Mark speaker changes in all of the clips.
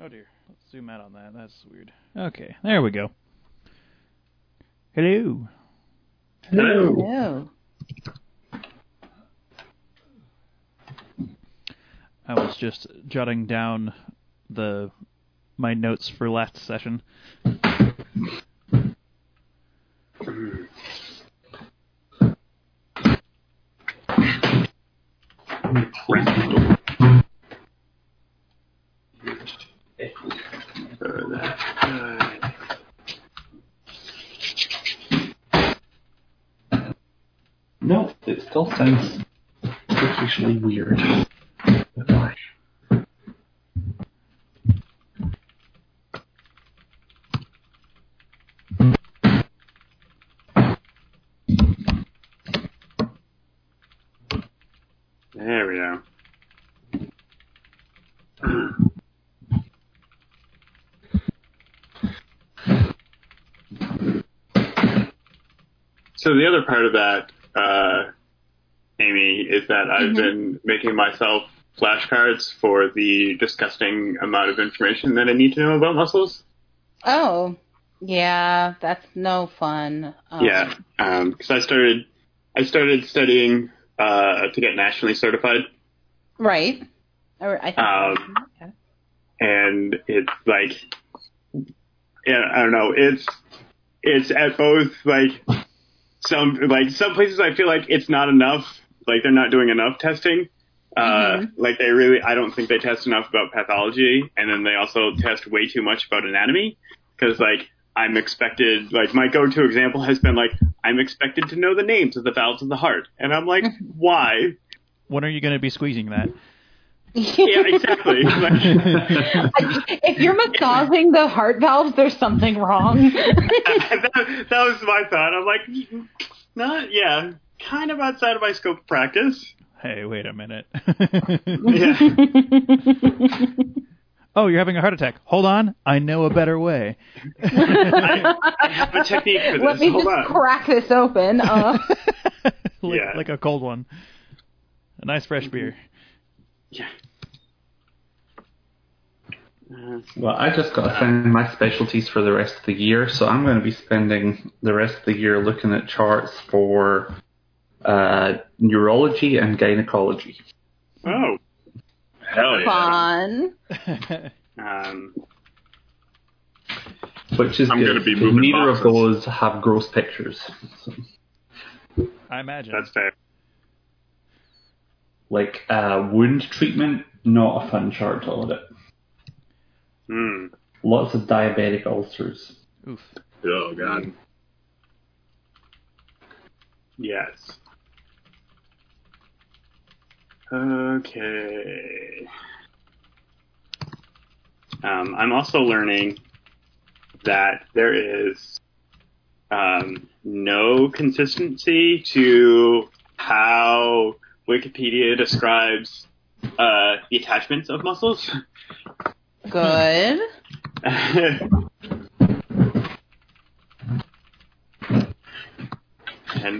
Speaker 1: Oh dear. Let's zoom out on that. That's weird. Okay, there we go. Hello.
Speaker 2: Hello.
Speaker 3: No.
Speaker 1: I was just jotting down the my notes for last session.
Speaker 2: Practical. No, it still sounds officially weird.
Speaker 4: There we go. So the other part of that, uh, Amy, is that I've been making myself flashcards for the disgusting amount of information that I need to know about muscles.
Speaker 3: Oh, yeah, that's no fun. Um,
Speaker 4: Yeah, because I started, I started studying uh, to get nationally certified.
Speaker 3: Right. Or I think.
Speaker 4: Um,
Speaker 3: Okay.
Speaker 4: and it's like yeah, I don't know. It's it's at both like some like some places I feel like it's not enough. Like they're not doing enough testing. Uh, Like they really, I don't think they test enough about pathology, and then they also test way too much about anatomy. Because like I'm expected, like my go-to example has been like I'm expected to know the names of the valves of the heart, and I'm like, why?
Speaker 1: When are you going to be squeezing that?
Speaker 4: Yeah, exactly. Like,
Speaker 3: if you're massaging the heart valves, there's something wrong.
Speaker 4: that, that was my thought. I'm like, not yeah, kind of outside of my scope of practice.
Speaker 1: Hey, wait a minute.
Speaker 4: Yeah,
Speaker 1: oh, you're having a heart attack. Hold on, I know a better way.
Speaker 4: I have a technique for
Speaker 3: Let
Speaker 4: this.
Speaker 3: me
Speaker 4: Hold
Speaker 3: just
Speaker 4: on.
Speaker 3: crack this open. Uh,
Speaker 1: like,
Speaker 4: Yeah.
Speaker 1: like a cold one. A nice fresh beer.
Speaker 4: Yeah.
Speaker 2: Well, I just got assigned my specialties for the rest of the year, so I'm going to be spending the rest of the year looking at charts for uh, neurology and gynecology.
Speaker 4: Oh, hell yeah.
Speaker 3: fun.
Speaker 4: Um,
Speaker 2: Which is
Speaker 5: I'm
Speaker 2: good.
Speaker 5: gonna be
Speaker 2: 'cause
Speaker 5: moving
Speaker 2: Neither of
Speaker 5: boxes.
Speaker 2: those have gross pictures, So,
Speaker 1: I imagine.
Speaker 4: that's fair.
Speaker 2: like uh, wound treatment. Not a fun chart to audit.
Speaker 4: Hmm.
Speaker 2: Lots of diabetic ulcers.
Speaker 1: Oof.
Speaker 5: Oh god.
Speaker 4: Yes. Okay. Um, I'm also learning that there is um, no consistency to how Wikipedia describes uh, the attachments of muscles.
Speaker 3: Good.
Speaker 4: and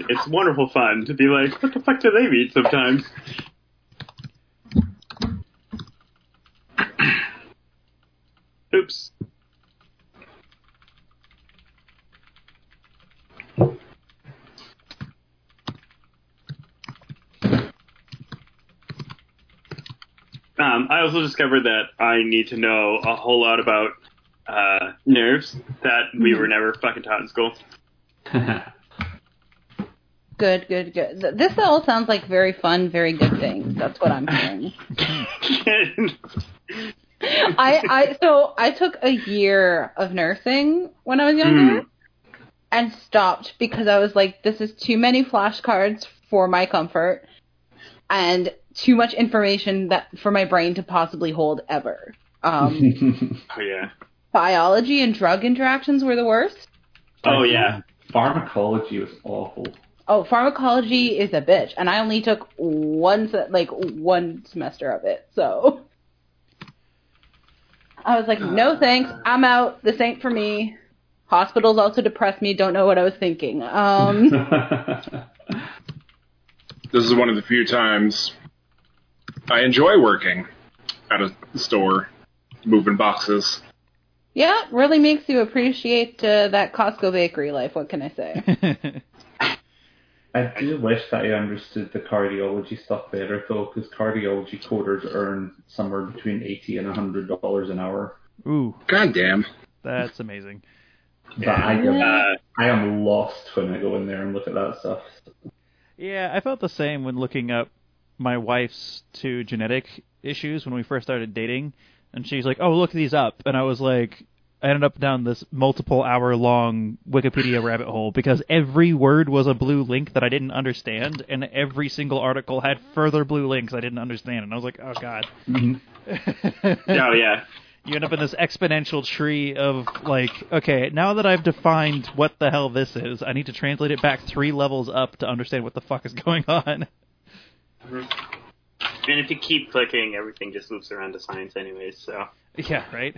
Speaker 4: it's wonderful fun to be like, what the fuck do they mean sometimes? Oops. Um, I also discovered that I need to know a whole lot about uh, nerves that we were never fucking taught in school.
Speaker 3: Good, good, good. Th- This all sounds like very fun, very good things. That's what I'm hearing.
Speaker 4: Oh,
Speaker 3: I, I so I took a year of nursing when I was younger and stopped because I was like, this is too many flashcards for my comfort and too much information that for my brain to possibly hold ever. Um,
Speaker 4: oh yeah.
Speaker 3: biology and drug interactions were the worst.
Speaker 4: Oh yeah.
Speaker 2: Pharmacology was awful.
Speaker 3: Oh, pharmacology is a bitch, and I only took one se- like one semester of it. So I was like, no thanks, I'm out. This ain't for me. Hospitals also depressed me. Don't know what I was thinking. Um,
Speaker 5: This is one of the few times I enjoy working at a store moving boxes.
Speaker 3: Yeah, really makes you appreciate uh, that Costco bakery life. What can I say?
Speaker 2: I do wish that I understood the cardiology stuff better though, because cardiology coders earn somewhere between eighty and hundred dollars an hour.
Speaker 1: Ooh,
Speaker 5: God damn.
Speaker 1: that's amazing.
Speaker 2: But I am,
Speaker 4: Uh,
Speaker 2: I am lost when I go in there and look at that stuff.
Speaker 1: Yeah, I felt the same when looking up my wife's two genetic issues when we first started dating, and she's like, "Oh, look these up," and I was like, I ended up down this multiple hour long Wikipedia rabbit hole because every word was a blue link that I didn't understand, and every single article had further blue links I didn't understand, and I was like, "Oh God."
Speaker 4: oh yeah.
Speaker 1: you end up in this exponential tree of like, okay, now that I've defined what the hell this is, I need to translate it back three levels up to understand what the fuck is going on.
Speaker 4: And if you keep clicking, everything just loops around to science, anyways. So
Speaker 1: Yeah, right.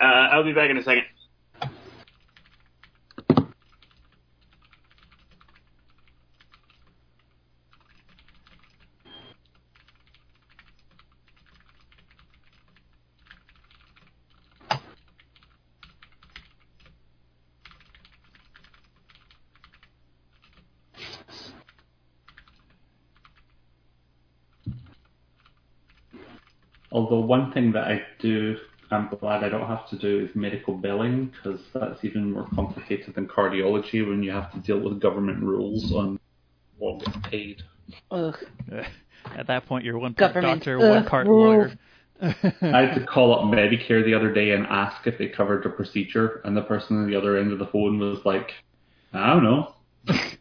Speaker 4: uh, I'll be back in a second.
Speaker 2: Although one thing that I do, I'm glad I don't have to do is medical billing because that's even more complicated than cardiology when you have to deal with government rules on what gets paid.
Speaker 3: Ugh.
Speaker 1: At that point, you're one part
Speaker 3: Government.
Speaker 1: doctor,
Speaker 3: Ugh,
Speaker 1: one part lawyer.
Speaker 3: rules.
Speaker 2: I had to call up Medicare the other day and ask if they covered a procedure, and the person on the other end of the phone was like, "I don't know." but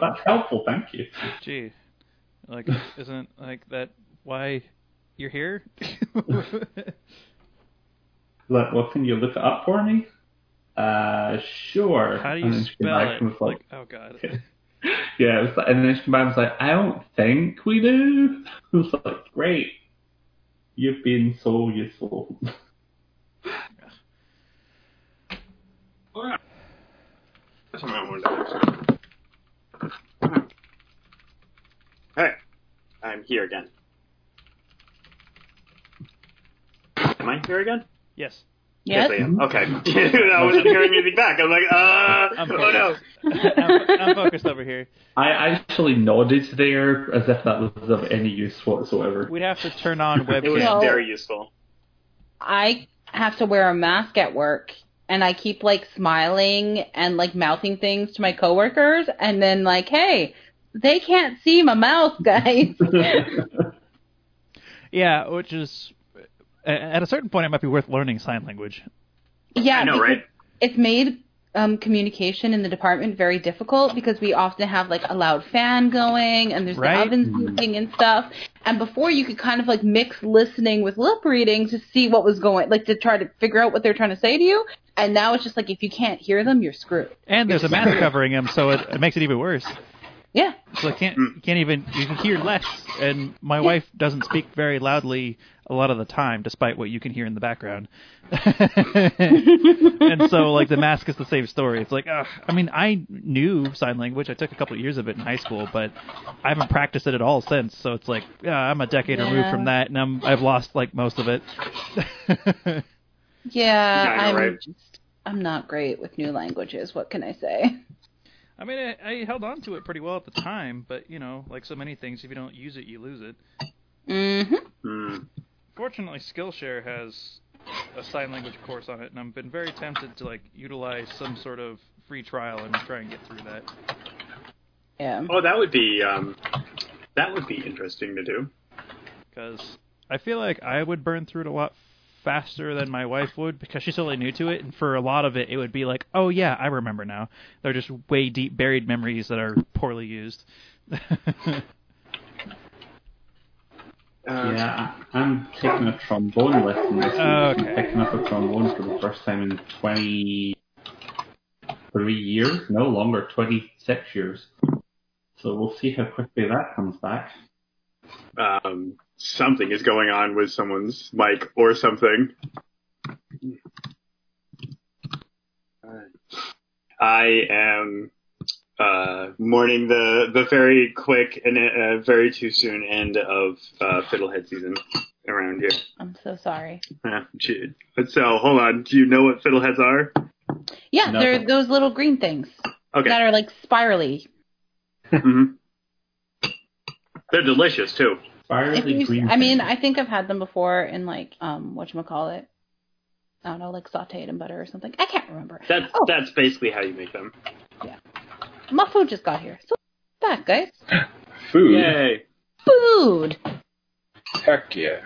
Speaker 2: that's helpful, thank you.
Speaker 1: Gee, like, isn't like that why you're here?
Speaker 2: Like, well, can you look it up for me? Uh, sure.
Speaker 1: How do you
Speaker 2: And then she came
Speaker 1: spell
Speaker 2: back
Speaker 1: it?
Speaker 2: and was
Speaker 1: Like, oh god.
Speaker 2: Yeah, it was like, and then she was like, I don't think we do. I was like, great. You've been so useful.
Speaker 4: Oh, yeah. That's what I wanted to do. Hey, I'm here again. Am I here again?
Speaker 1: Yes.
Speaker 3: Yes.
Speaker 4: I am. Okay. I wasn't hearing anything back. I'm like,
Speaker 1: I'm
Speaker 4: uh, oh no.
Speaker 1: focused. I'm, I'm focused over here.
Speaker 2: I actually nodded there as if that was of any use whatsoever.
Speaker 1: We'd have to turn on
Speaker 4: It was
Speaker 1: webcam.
Speaker 3: No.
Speaker 4: very useful.
Speaker 3: I have to wear a mask at work and I keep like smiling and like mouthing things to my coworkers and then like, hey, they can't see my mouth, guys.
Speaker 1: Yeah, which is a- at a certain point it might be worth learning sign language.
Speaker 3: yeah,
Speaker 4: I know,
Speaker 3: because
Speaker 4: right?
Speaker 3: It's made um, communication in the department very difficult because we often have like a loud fan going and there's
Speaker 1: Right.
Speaker 3: the ovens moving and stuff. And before you could kind of like mix listening with lip reading to see what was going, like to try to figure out what they're trying to say to you. And now it's just like if you can't hear them, you're screwed.
Speaker 1: And there's a mask covering him, so it, it makes it even worse.
Speaker 3: Yeah.
Speaker 1: So I can't you can't even you can hear less. And my wife doesn't speak very loudly a lot of the time, despite what you can hear in the background. and so like the mask is the same story. It's like ugh. I mean I knew sign language. I took a couple of years of it in high school, but I haven't practiced it at all since. So it's like yeah, I'm a decade removed
Speaker 3: Yeah.
Speaker 1: from that, and I'm I've lost like most of it.
Speaker 3: Yeah,
Speaker 4: Yeah, I
Speaker 3: I'm
Speaker 4: know, right?
Speaker 3: just I'm not great with new languages. What can I say?
Speaker 1: I mean, I, I held on to it pretty well at the time, but you know, like so many things, if you don't use it, you lose it.
Speaker 3: hmm
Speaker 4: Mm.
Speaker 1: Fortunately, Skillshare has a sign language course on it, and I've been very tempted to like utilize some sort of free trial and try and get through that.
Speaker 3: Yeah.
Speaker 4: Oh, that would be um, that would be interesting to do.
Speaker 1: because I feel like I would burn through it a lot faster than my wife would because she's totally new to it, and for a lot of it, it would be like, oh yeah, I remember now. They're just way deep buried memories that are poorly used.
Speaker 4: Uh,
Speaker 2: yeah, I- I'm taking a trombone lesson this week.
Speaker 3: Oh,
Speaker 1: Okay.
Speaker 2: Picking up a trombone for the first time in 23 years? No longer, 26 years. So we'll see how quickly that comes back.
Speaker 4: um, something is going on with someone's mic or something. I am uh, mourning the the very quick and uh, very too soon end of uh, fiddlehead season around here.
Speaker 3: I'm so sorry.
Speaker 4: Yeah. gee. So hold on, do you know what fiddleheads are?
Speaker 3: Yeah,
Speaker 2: No.
Speaker 3: they're those little green things
Speaker 4: Okay,
Speaker 3: that are like spirally.
Speaker 4: Mhm. they're delicious too.
Speaker 3: If
Speaker 2: Spirally
Speaker 3: you-
Speaker 2: green.
Speaker 3: I mean,
Speaker 2: thing.
Speaker 3: I think I've had them before in like um whatchamacallit. I don't know, like sauteed in butter or something. I can't remember.
Speaker 4: That's
Speaker 3: Oh.
Speaker 4: that's basically how you make them.
Speaker 3: My food just got here. So back, guys.
Speaker 5: Food?
Speaker 4: Yay!
Speaker 3: Food.
Speaker 5: Heck yeah.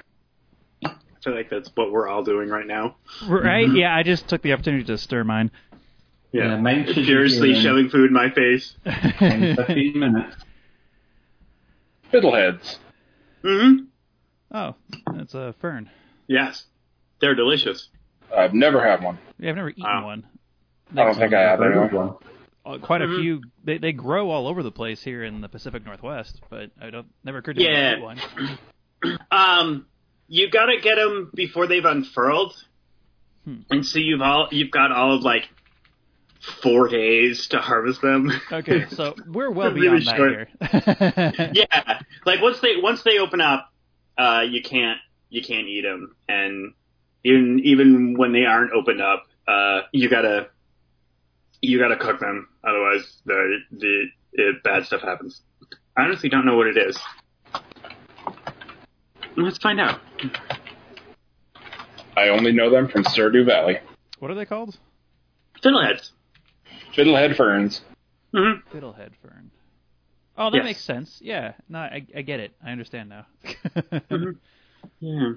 Speaker 4: I feel like that's what we're all doing right now.
Speaker 1: Right?
Speaker 5: Mm-hmm.
Speaker 1: Yeah, I just took the opportunity to stir mine.
Speaker 2: Yeah, mine should be
Speaker 4: furiously
Speaker 2: doing-
Speaker 4: shoving food in my face.
Speaker 2: In 15 minutes.
Speaker 5: Fiddleheads.
Speaker 4: hmm
Speaker 1: oh, that's a fern.
Speaker 4: Yes, they're delicious.
Speaker 5: I've never had one.
Speaker 1: Yeah, I've never eaten
Speaker 4: Wow.
Speaker 1: one.
Speaker 5: I don't think I have
Speaker 2: Very
Speaker 5: anyway.
Speaker 2: good one.
Speaker 1: Uh, Quite a
Speaker 4: Mhm.
Speaker 1: few. They, they grow all over the place here in the Pacific Northwest, but I don't never occurred to me
Speaker 4: Yeah.
Speaker 1: to eat one.
Speaker 4: Um, you gotta get them before they've unfurled,
Speaker 1: Hmm.
Speaker 4: and so you've all you've got all of like four days to harvest them.
Speaker 1: Okay, so we're well
Speaker 4: Really
Speaker 1: beyond
Speaker 4: short.
Speaker 1: that here.
Speaker 4: yeah, like once they once they open up, uh, you can't you can't eat them, and even even when they aren't opened up, uh, you gotta you gotta cook them, otherwise the the it, bad stuff happens. I honestly don't know what it is. Let's find out.
Speaker 5: I only know them from Surdu Valley.
Speaker 1: What are they called?
Speaker 4: Fiddleheads.
Speaker 5: Fiddlehead ferns.
Speaker 4: hmm
Speaker 1: Fiddlehead fern. Oh, that
Speaker 4: Yes.
Speaker 1: makes sense. Yeah, no, I, I get it. I understand now.
Speaker 4: Mm-hmm. Yeah.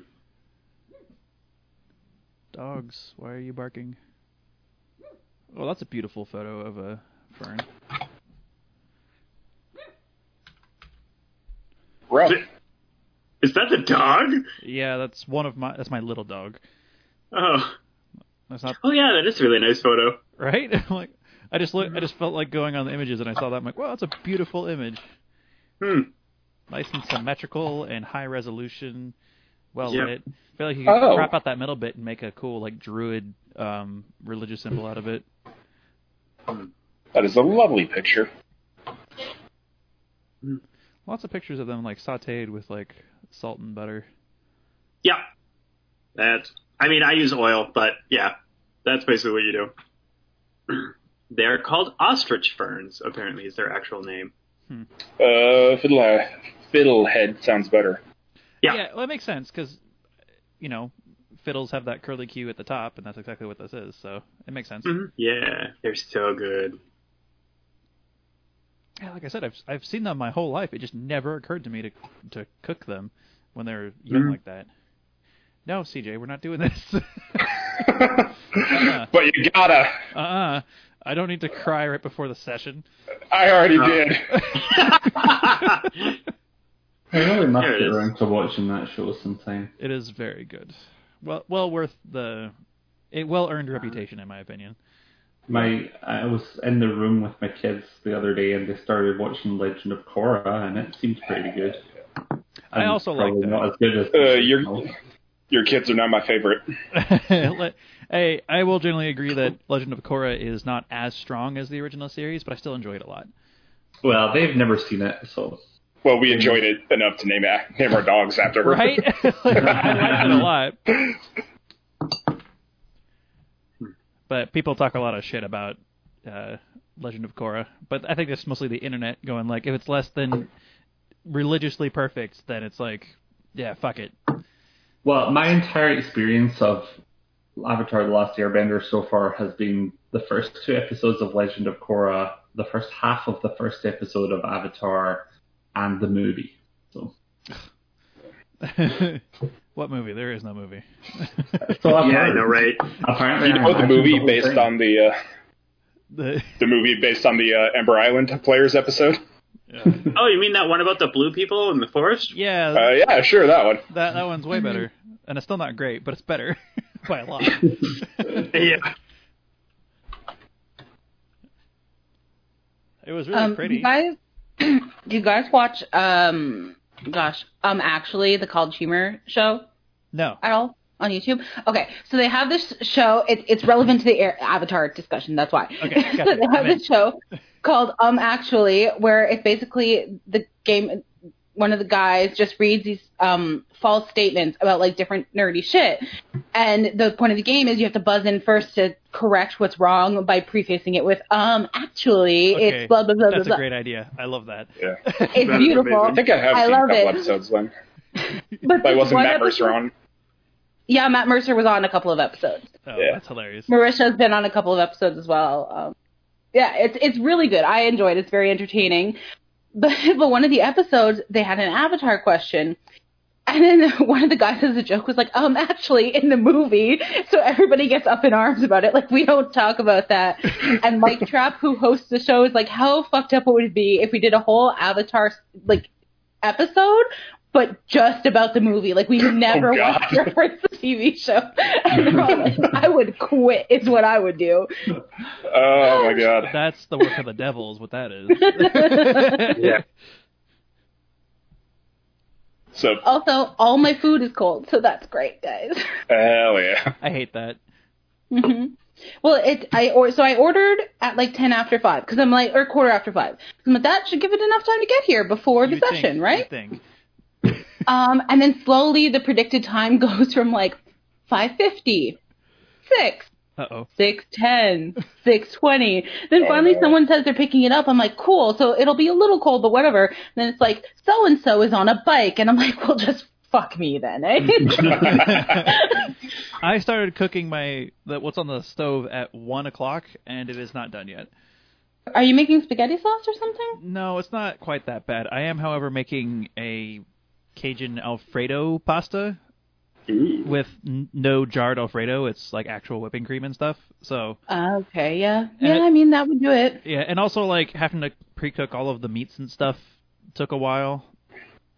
Speaker 1: Dogs, why are you barking? Oh, that's a beautiful photo of a fern.
Speaker 5: Rough.
Speaker 4: Is that the dog?
Speaker 1: Yeah, that's one of my. That's my little dog.
Speaker 4: Oh,
Speaker 1: That's not
Speaker 4: oh yeah, that is a really nice photo.
Speaker 1: right. I'm like, I just
Speaker 4: Mm-hmm.
Speaker 1: look. I just felt like going on the images, and I saw that. I'm like, wow, that's a beautiful image.
Speaker 4: Hmm.
Speaker 1: Nice and symmetrical and high resolution, well
Speaker 4: Yeah.
Speaker 1: lit. I feel like you could
Speaker 5: Oh.
Speaker 1: crop out that middle bit and make a cool like druid um, religious symbol out of it.
Speaker 5: That is a lovely picture.
Speaker 1: Lots of pictures of them like sautéed with like salt and butter.
Speaker 4: Yeah. That's. I mean, I use oil, but yeah, that's basically what you do. They're called ostrich ferns. Apparently, is their actual name.
Speaker 5: Uh, fiddlehead. Fiddlehead sounds better.
Speaker 4: Yeah.
Speaker 1: well, that makes sense because you know fiddles have that curly cue at the top, and that's exactly what this is. So it makes sense.
Speaker 4: Yeah, they're so good.
Speaker 1: Yeah, like I said, I've I've seen them my whole life. It just never occurred to me to to cook them when they're young
Speaker 4: Mhm.
Speaker 1: like that. No, CJ, we're not doing this.
Speaker 5: But you gotta.
Speaker 1: uh, uh I don't need to cry right before the session.
Speaker 5: I already
Speaker 4: Oh.
Speaker 5: did.
Speaker 2: I really must
Speaker 4: There it
Speaker 2: get
Speaker 4: is.
Speaker 2: around to watching that show sometime.
Speaker 1: It is very good. Well, well worth the a well earned reputation, in my opinion.
Speaker 2: My I was in the room with my kids the other day and they started watching Legend of Korra and it seemed pretty good.
Speaker 1: I
Speaker 2: And
Speaker 1: also like
Speaker 2: probably
Speaker 1: that.
Speaker 2: not as good as
Speaker 5: Uh, you're- Your kids are not my favorite.
Speaker 1: Le- hey, I will generally agree that Legend of Korra is not as strong as the original series, but I still enjoy it a lot.
Speaker 2: Well, they've never seen it, so
Speaker 5: Well, we enjoyed it enough to name name our dogs after her.
Speaker 1: Right? Like, I like it a lot. But people talk a lot of shit about uh, Legend of Korra, but I think that's mostly the internet going like, if it's less than religiously perfect, then it's like, yeah, fuck it.
Speaker 2: Well, my entire experience of Avatar: The Last Airbender so far has been the first two episodes of Legend of Korra, the first half of the first episode of Avatar, and the movie. So,
Speaker 1: what movie? There is no movie.
Speaker 2: so I've
Speaker 4: yeah, I
Speaker 2: heard.
Speaker 4: know, right?
Speaker 2: Apparently,
Speaker 5: You
Speaker 2: I
Speaker 5: know the
Speaker 2: imagined
Speaker 5: movie
Speaker 2: whole
Speaker 5: based
Speaker 2: thing.
Speaker 5: on the uh,
Speaker 1: The-
Speaker 5: the movie based on the uh, Ember Island Players episode?
Speaker 4: Oh, you mean that one about the blue people in the forest?
Speaker 1: yeah,
Speaker 5: Uh, yeah, sure, that one.
Speaker 1: that that one's way better,
Speaker 4: mm-hmm.
Speaker 1: and it's still not great, but it's better by a lot.
Speaker 4: Yeah.
Speaker 1: It was really
Speaker 3: Um,
Speaker 1: pretty.
Speaker 3: you guys, do you guys watch? Um, gosh, um, actually, the College Humor show
Speaker 1: no,
Speaker 3: at all on YouTube? Okay, so they have this show. It, it's relevant to the air, Avatar discussion. That's why.
Speaker 1: Okay, gotcha.
Speaker 3: so they have
Speaker 1: I'm in.
Speaker 3: this show called Um Actually, where it's basically the game. One of the guys just reads these um, false statements about like different nerdy shit, and the point of the game is you have to buzz in first to correct what's wrong by prefacing it with Um Actually,
Speaker 1: Okay,
Speaker 3: it's blah blah blah blah.
Speaker 1: That's
Speaker 3: blah.
Speaker 1: a great idea. I love that.
Speaker 5: Yeah.
Speaker 3: It's
Speaker 4: That's
Speaker 3: beautiful.
Speaker 5: I think I have
Speaker 3: I
Speaker 5: seen a
Speaker 3: love
Speaker 5: couple
Speaker 3: it.
Speaker 5: episodes then.
Speaker 3: But
Speaker 5: But it
Speaker 3: this
Speaker 5: wasn't
Speaker 3: one
Speaker 5: Matt Mercer
Speaker 3: episode-
Speaker 5: on.
Speaker 3: Yeah, Matt Mercer was on a couple of episodes.
Speaker 1: Oh,
Speaker 5: Yeah.
Speaker 1: that's hilarious.
Speaker 3: Marisha's been on a couple of episodes as well. Um, yeah, it's it's really good. I enjoyed. it. It's very entertaining. But but one of the episodes they had an avatar question, and then one of the guys as a joke was like, "Um, actually, in the movie," so everybody gets up in arms about it. Like we don't talk about that. And Mike Trapp, who hosts the show, is like, "How fucked up would it be if we did a whole avatar like episode?" But just about the movie, like we never
Speaker 5: Oh,
Speaker 3: want to
Speaker 5: God.
Speaker 3: reference the TV show. And they're all like, I would quit. Is what I would do.
Speaker 5: Oh my god.
Speaker 1: That's the work of the devil, is what that is.
Speaker 4: Yeah.
Speaker 5: So
Speaker 3: Also, all my food is cold, so that's great, guys.
Speaker 5: hell yeah.
Speaker 1: I hate that.
Speaker 3: hmm Well, it I or so I ordered at like ten after five because I'm like or quarter after five. I'm like that should give it enough time to get here before the
Speaker 1: You think-
Speaker 3: session,
Speaker 1: you
Speaker 3: right?
Speaker 1: think.
Speaker 3: Um, and then slowly the predicted time goes from like five fifty, six,
Speaker 1: Uh oh.
Speaker 3: six ten, six twenty. Then
Speaker 5: Oh,
Speaker 3: finally
Speaker 5: no.
Speaker 3: someone says they're picking it up. I'm like, cool. So it'll be a little cold, but whatever. And then it's like so and so is on a bike, and I'm like, well, just fuck me then, eh?
Speaker 1: I started cooking my the, what's on the stove at one o'clock, and it is not done yet.
Speaker 3: Are you making spaghetti sauce or something?
Speaker 1: No, it's not quite that bad. I am, however, making a Cajun Alfredo pasta
Speaker 4: Ooh.
Speaker 1: with n- no jarred Alfredo. It's like actual whipping cream and stuff. So
Speaker 3: Okay, yeah,
Speaker 1: And
Speaker 3: yeah.
Speaker 1: it-
Speaker 3: I mean, that would do it.
Speaker 1: yeah, and also like having to pre-cook all of the meats and stuff took a while,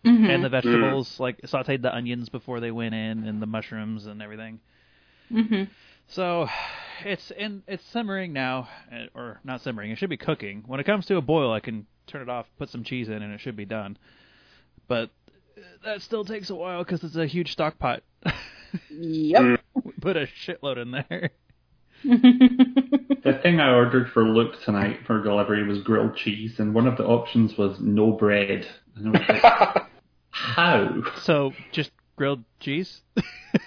Speaker 3: Mhm.
Speaker 1: and the vegetables like sautéed the onions before they went in, and the mushrooms and everything.
Speaker 3: Mhm.
Speaker 1: So it's in it's simmering now, eh, or not simmering. It should be cooking. When it comes to a boil, I can turn it off, put some cheese in, and it should be done. But eh, that still takes a while because it's a huge stock pot.
Speaker 3: Yep.
Speaker 1: we put a shitload in there.
Speaker 3: Mm-hmm.
Speaker 2: The thing I ordered for Luke tonight for delivery was grilled cheese, and one of the options was no bread. And I was like, how?
Speaker 1: So just grilled cheese.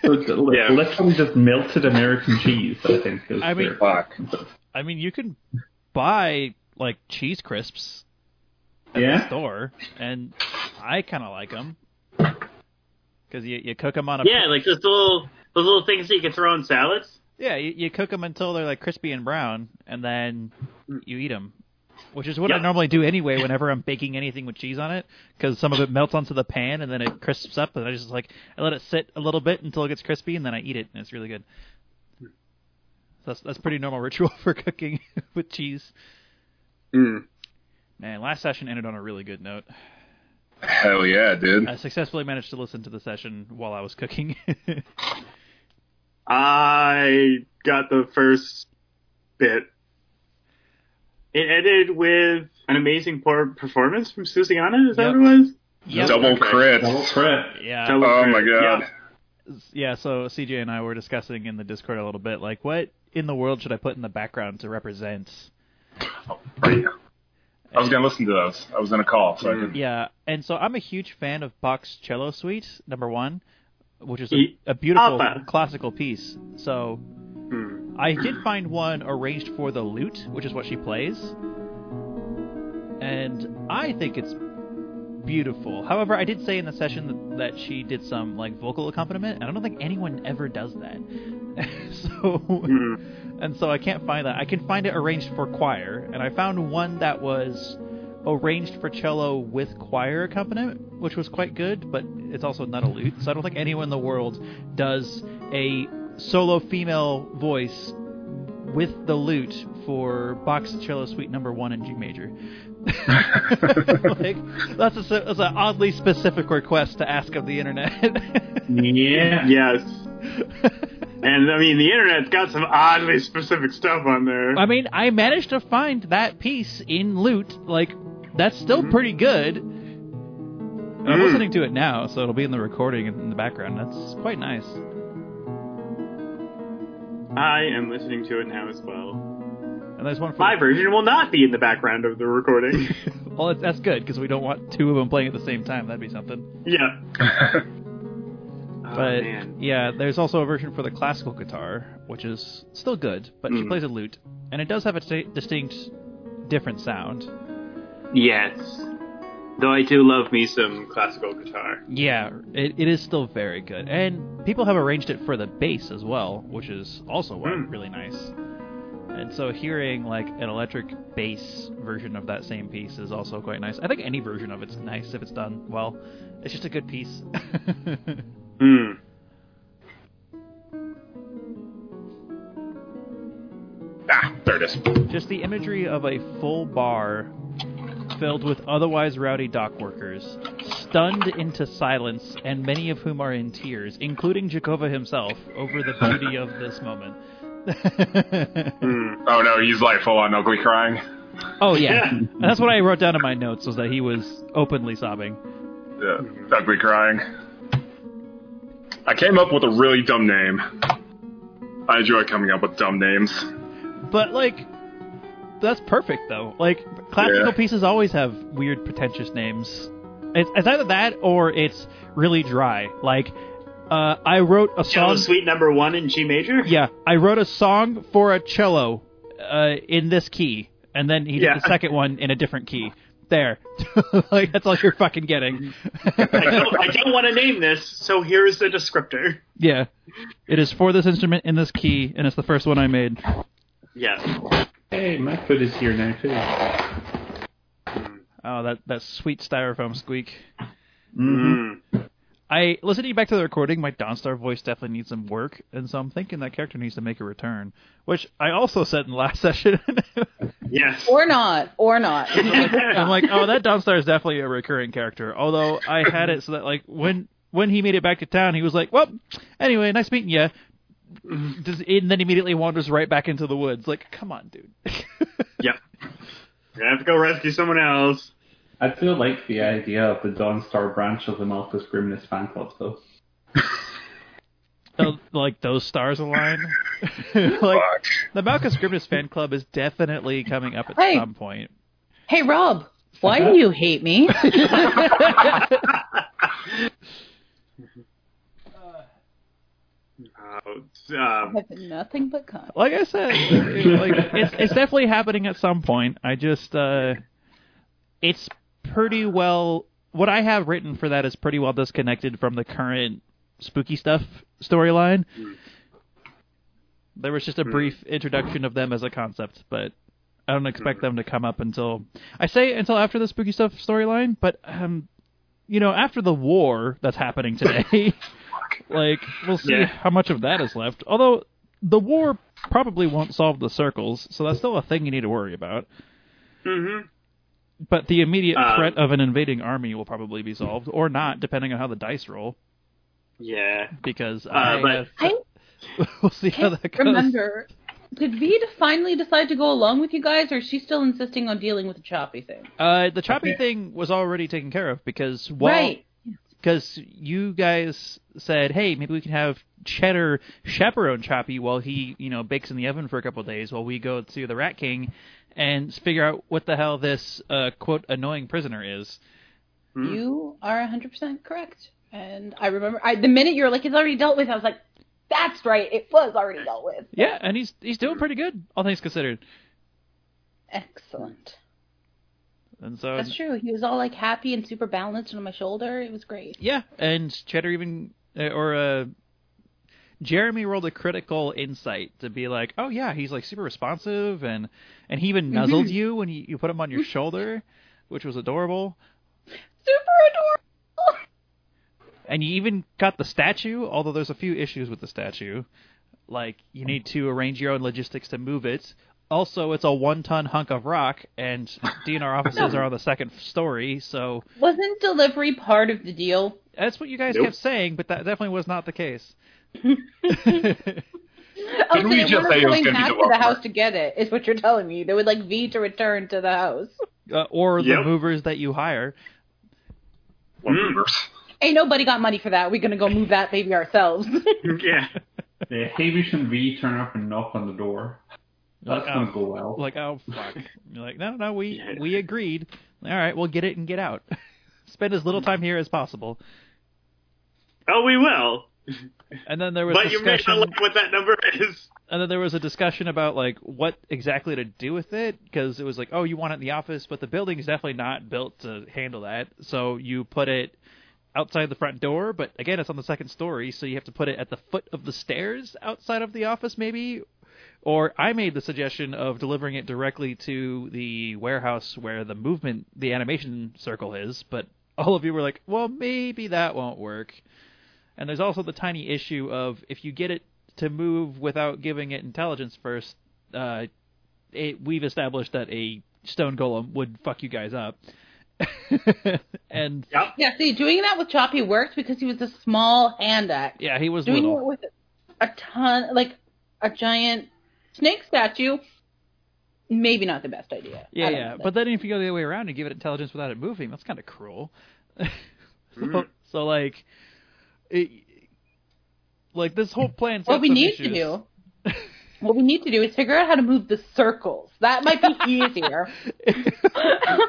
Speaker 2: So it's li-
Speaker 4: Yeah.
Speaker 2: Literally just melted American cheese, I think. Is
Speaker 1: I mean-
Speaker 2: there.
Speaker 5: Fuck.
Speaker 1: I mean, you can buy like cheese crisps at the
Speaker 2: yeah?
Speaker 1: store, and I kind of like them because you you cook them on a
Speaker 4: Yeah, like those little those little things that you can throw in salads.
Speaker 1: Yeah, you, you cook them until they're like crispy and brown, and then you eat them, which is what I
Speaker 4: Mm. Yeah.
Speaker 1: normally do anyway. Whenever I'm baking anything with cheese on it, because some of it melts onto the pan and then it crisps up, and I just like I let it sit a little bit until it gets crispy, and then I eat it, and it's really good.
Speaker 4: Hmm.
Speaker 1: That's that's pretty normal ritual for cooking with cheese.
Speaker 4: Mm.
Speaker 1: Man, last session ended on a really good note.
Speaker 5: Hell yeah, dude.
Speaker 1: I successfully managed to listen to the session while I was cooking.
Speaker 4: I got the first bit. It ended with an amazing por- performance from Susiana. Is that
Speaker 1: Yep.
Speaker 4: what it was?
Speaker 1: Yep.
Speaker 5: Double
Speaker 4: Okay.
Speaker 5: crits.
Speaker 2: Double threat.
Speaker 1: Yeah.
Speaker 4: Double
Speaker 5: Oh
Speaker 4: crit.
Speaker 5: my god.
Speaker 4: Yeah.
Speaker 1: yeah, so CJ and I were discussing in the Discord a little bit, like, what in the world should I put in the background to represent?
Speaker 5: Right. I was gonna listen to those. I was in a call, so I
Speaker 4: Mm.
Speaker 5: didn't.
Speaker 1: Yeah, and so I'm a huge fan of Bach's Cello Suite, number one, which is a,
Speaker 4: Ye-
Speaker 1: a beautiful
Speaker 4: Alpha.
Speaker 1: classical piece. So
Speaker 4: Hmm.
Speaker 1: I did find one arranged for the lute, which is what she plays. And I think it's beautiful. However, I did say in the session that, that she did some like vocal accompaniment, and I don't think anyone ever does that. so
Speaker 4: Mm.
Speaker 1: and so I can't find that. I can find it arranged for choir, and I found one that was arranged for cello with choir accompaniment, which was quite good, but it's also not a lute, so I don't think anyone in the world does a solo female voice with the lute for Bach's Cello Suite Number One in G major. like, that's a, that's an oddly specific request to ask of the internet.
Speaker 2: Yeah.
Speaker 4: Yes. and I mean, the internet's got some oddly specific stuff on there.
Speaker 1: I mean, I managed to find that piece in loot. Like, that's still pretty good. And I'm
Speaker 4: Mm-hmm. Mm.
Speaker 1: listening to it now, so it'll be in the recording in in the background. That's quite nice.
Speaker 4: I am listening to it now as well.
Speaker 1: And there's one for
Speaker 4: My version will not be in the background of the recording.
Speaker 1: Well, that's, that's good because we don't want two of them playing at the same time. That'd be something.
Speaker 4: yeah. Oh,
Speaker 1: but
Speaker 4: man.
Speaker 1: yeah, there's also a version for the classical guitar, which is still good, but she
Speaker 4: Mm.
Speaker 1: plays a lute, and it does have a t- distinct, different sound.
Speaker 4: Yes. Though I do love me some classical guitar.
Speaker 1: Yeah, it, it is still very good, and people have arranged it for the bass as well, which is also uh,
Speaker 4: Hmm.
Speaker 1: really nice. And so hearing like an electric bass version of that same piece is also quite nice. I think any version of it's nice if it's done well. It's just a good piece.
Speaker 4: Hmm.
Speaker 5: Ah, there it is.
Speaker 1: Just the imagery of a full bar filled with otherwise rowdy dock workers, stunned into silence, and many of whom are in tears, including Jakova himself, over the beauty of this moment.
Speaker 4: Hmm.
Speaker 5: Oh no, he's like full on ugly crying.
Speaker 1: oh yeah, And that's what I wrote down in my notes was that he was openly sobbing.
Speaker 5: Yeah, ugly crying. I came up with a really dumb name. I enjoy coming up with dumb names.
Speaker 1: But like, that's perfect though. Like classical
Speaker 5: Yeah.
Speaker 1: pieces always have weird, pretentious names. It's, it's either that or it's really dry. Like, uh, I wrote a
Speaker 4: Cello
Speaker 1: song.
Speaker 4: Suite number one in G major.
Speaker 1: Yeah, I wrote a song for a cello uh, in this key, and then he did
Speaker 4: Yeah.
Speaker 1: the second one in a different key. There, like that's all you're fucking getting.
Speaker 4: I don't, I don't want to name this, so here is the descriptor.
Speaker 1: yeah, it is for this instrument in this key, and it's the first one I made.
Speaker 4: Yeah.
Speaker 2: Hey, my foot is here now too.
Speaker 1: Oh, that that sweet styrofoam squeak.
Speaker 2: Mm-hmm.
Speaker 4: Mm.
Speaker 1: I listening back to the recording, my Dawnstar voice definitely needs some work, and so I'm thinking that character needs to make a return, which I also said in the last session.
Speaker 4: Yes.
Speaker 3: Or not. Or not.
Speaker 1: I'm like, oh, that Dawnstar is definitely a recurring character. Although I had it so that like when when he made it back to town, he was like, well, anyway, nice meeting you. Does, and then immediately wanders right back into the woods. Like, come on, dude.
Speaker 4: yep. You're gonna have to go rescue someone else.
Speaker 2: I still like the idea of the Dawnstar branch of the Malthus Grimness fan club, though.
Speaker 1: Uh, like those stars align. like
Speaker 5: Fuck.
Speaker 1: the Malchus Grimness fan club is definitely coming up at
Speaker 3: Hey.
Speaker 1: some point.
Speaker 3: hey, Rob, why do you hate me?
Speaker 4: Uh, um,
Speaker 3: I've been nothing but kind.
Speaker 1: Like I said, it- like, it's it's definitely happening at some point. I just uh, it's pretty well. What I have written for that is pretty well disconnected from the current spooky stuff storyline. There was just a brief introduction of them as a concept, but I don't expect them to come up until I say until after the spooky stuff storyline. But um, you know, after the war that's happening today, like we'll see
Speaker 4: Yeah.
Speaker 1: how much of that is left. Although the war probably won't solve the circles, so that's still a thing you need to worry about.
Speaker 4: mhm.
Speaker 1: But the immediate
Speaker 4: Um,
Speaker 1: threat of an invading army will probably be solved, or not, depending on how the dice roll.
Speaker 4: Yeah.
Speaker 1: Because I
Speaker 4: but-
Speaker 1: have-
Speaker 3: I
Speaker 1: we'll see how
Speaker 3: can't
Speaker 1: that goes.
Speaker 3: remember. Did Veed finally decide to go along with you guys, or is she still insisting on dealing with the choppy thing?
Speaker 1: Uh, the choppy
Speaker 5: Okay.
Speaker 1: thing was already taken care of because while
Speaker 3: right.
Speaker 1: because you guys said, "Hey, maybe we can have Cheddar chaperone Choppy while he, you know, bakes in the oven for a couple of days while we go to the Rat King and figure out what the hell this uh, quote annoying prisoner is."
Speaker 4: Hmm.
Speaker 3: You are 100% correct. And I remember, I, the minute you were like, it's already dealt with, I was like, that's right, it was already dealt with.
Speaker 1: Yeah, and he's he's doing pretty good, all things considered.
Speaker 3: Excellent.
Speaker 1: And so
Speaker 3: That's true. He was all like happy and super balanced on my shoulder. It was great.
Speaker 1: yeah, and Cheddar even uh, or uh, Jeremy rolled a critical insight to be like, "Oh yeah, he's like super responsive and and he even nuzzled you when you, you put him on your shoulder, which was adorable."
Speaker 3: Super adorable.
Speaker 1: And you even got the statue, although there's a few issues with the statue. Like, you need to arrange your own logistics to move it. Also, it's a one ton hunk of rock, and DNR offices are on the second story, so
Speaker 3: Wasn't delivery part of the deal?
Speaker 1: that's what you guys
Speaker 4: Nope.
Speaker 1: kept saying, but that definitely was not the case.
Speaker 3: Oh,
Speaker 5: Didn't we
Speaker 3: they
Speaker 5: just
Speaker 3: were
Speaker 5: say it was
Speaker 3: going
Speaker 5: gonna be
Speaker 3: back to
Speaker 5: the
Speaker 3: the
Speaker 5: Walmart?
Speaker 3: house to get it? Is what you're telling me? They would like V to return to the house.
Speaker 1: Uh, or the
Speaker 4: Yep.
Speaker 1: movers that you hire.
Speaker 5: What
Speaker 4: Mm.
Speaker 5: movers?
Speaker 3: Ain't nobody got money for that. We're gonna go move that baby ourselves.
Speaker 4: Yeah.
Speaker 2: The Havish and V turn up and knock on the door.
Speaker 1: Like,
Speaker 2: That's gonna
Speaker 1: oh,
Speaker 2: go well.
Speaker 1: like oh fuck. You're like, no, no, we
Speaker 4: Yeah.
Speaker 1: we agreed. All right, we'll get it and get out. Spend as little time here as possible.
Speaker 4: Oh, we will.
Speaker 1: And then there was
Speaker 4: But you may
Speaker 1: discussion.
Speaker 4: not like what that number is.
Speaker 1: and then there was a discussion about like what exactly to do with it because it was like, oh, you want it in the office, but the building is definitely not built to handle that. So you put it outside the front door, but again, it's on the second story, so you have to put it at the foot of the stairs outside of the office, maybe. Or I made the suggestion of delivering it directly to the warehouse where the movement, the animation circle is, but all of you were like, well, maybe that won't work. And there's also the tiny issue of if you get it to move without giving it intelligence first, uh, it, we've established that a stone golem would fuck you guys up. and
Speaker 3: Yeah, see, doing that with Choppy worked because he was a small hand act.
Speaker 1: yeah, he was
Speaker 3: doing
Speaker 1: little.
Speaker 3: it with a ton, like a giant snake statue, maybe not the best idea.
Speaker 1: Yeah,
Speaker 3: I don't
Speaker 1: yeah.
Speaker 3: know.
Speaker 1: But then if you go the other way around and give it intelligence without it moving, that's kind of cruel. so, so, like, it, like this whole plan.
Speaker 3: what
Speaker 1: sets
Speaker 3: we
Speaker 1: up
Speaker 3: need to
Speaker 1: issues.
Speaker 3: do, what we need to do is figure out how to move the circles. That might be easier.
Speaker 2: I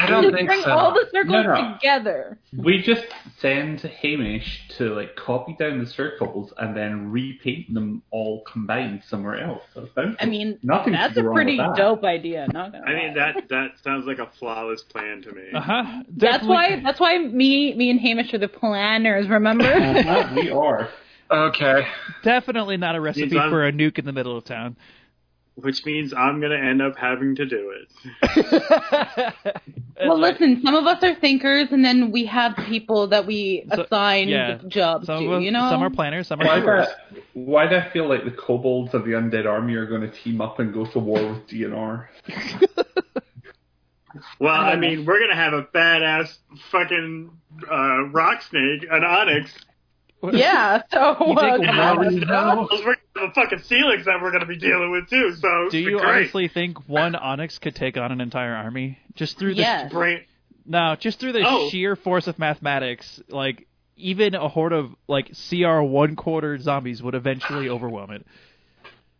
Speaker 3: Just
Speaker 2: don't think
Speaker 3: bring
Speaker 2: so.
Speaker 3: all the circles
Speaker 2: No, no.
Speaker 3: together.
Speaker 2: We just send Hamish to like copy down the circles and then repaint them all combined somewhere else. That sounds
Speaker 3: I mean,
Speaker 2: Nothing's
Speaker 3: that's a
Speaker 2: wrong with
Speaker 3: pretty
Speaker 2: that.
Speaker 3: dope idea. Not gonna
Speaker 4: I mean,
Speaker 3: lie.
Speaker 4: that that sounds like a flawless plan to me.
Speaker 1: Uh huh.
Speaker 3: That's why. That's why me, me and Hamish are the planners. Remember?
Speaker 2: Uh-huh, we are.
Speaker 5: Okay.
Speaker 1: Definitely not a recipe
Speaker 4: These are-
Speaker 1: for a nuke in the middle of town.
Speaker 4: Which means I'm gonna end up having to do it.
Speaker 3: well, listen. Some of us are thinkers, and then we have people that we
Speaker 1: So-
Speaker 3: assign
Speaker 1: yeah.
Speaker 3: jobs
Speaker 1: Some,
Speaker 3: to.
Speaker 1: of us-
Speaker 3: you know,
Speaker 1: some are planners, some
Speaker 2: Why
Speaker 1: are
Speaker 2: do,
Speaker 1: doers.
Speaker 2: I, why do I feel like the kobolds of the undead army are going to team up and go to war with DNR?
Speaker 4: Well, I mean, we're gonna have a badass fucking uh, rock snake, an onyx.
Speaker 3: Yeah. So
Speaker 1: You
Speaker 3: uh,
Speaker 1: think
Speaker 3: come
Speaker 1: one-
Speaker 3: on.
Speaker 4: We're gonna have a fucking Celix that we're gonna be dealing with too. So it's
Speaker 1: Oh. Do you
Speaker 4: great.
Speaker 1: honestly think one onyx could take on an entire army just through the
Speaker 3: Yes.
Speaker 4: Brain-
Speaker 1: No, just through the
Speaker 4: Oh.
Speaker 1: sheer force of mathematics, like even a horde of like CR one quarter zombies would eventually overwhelm it.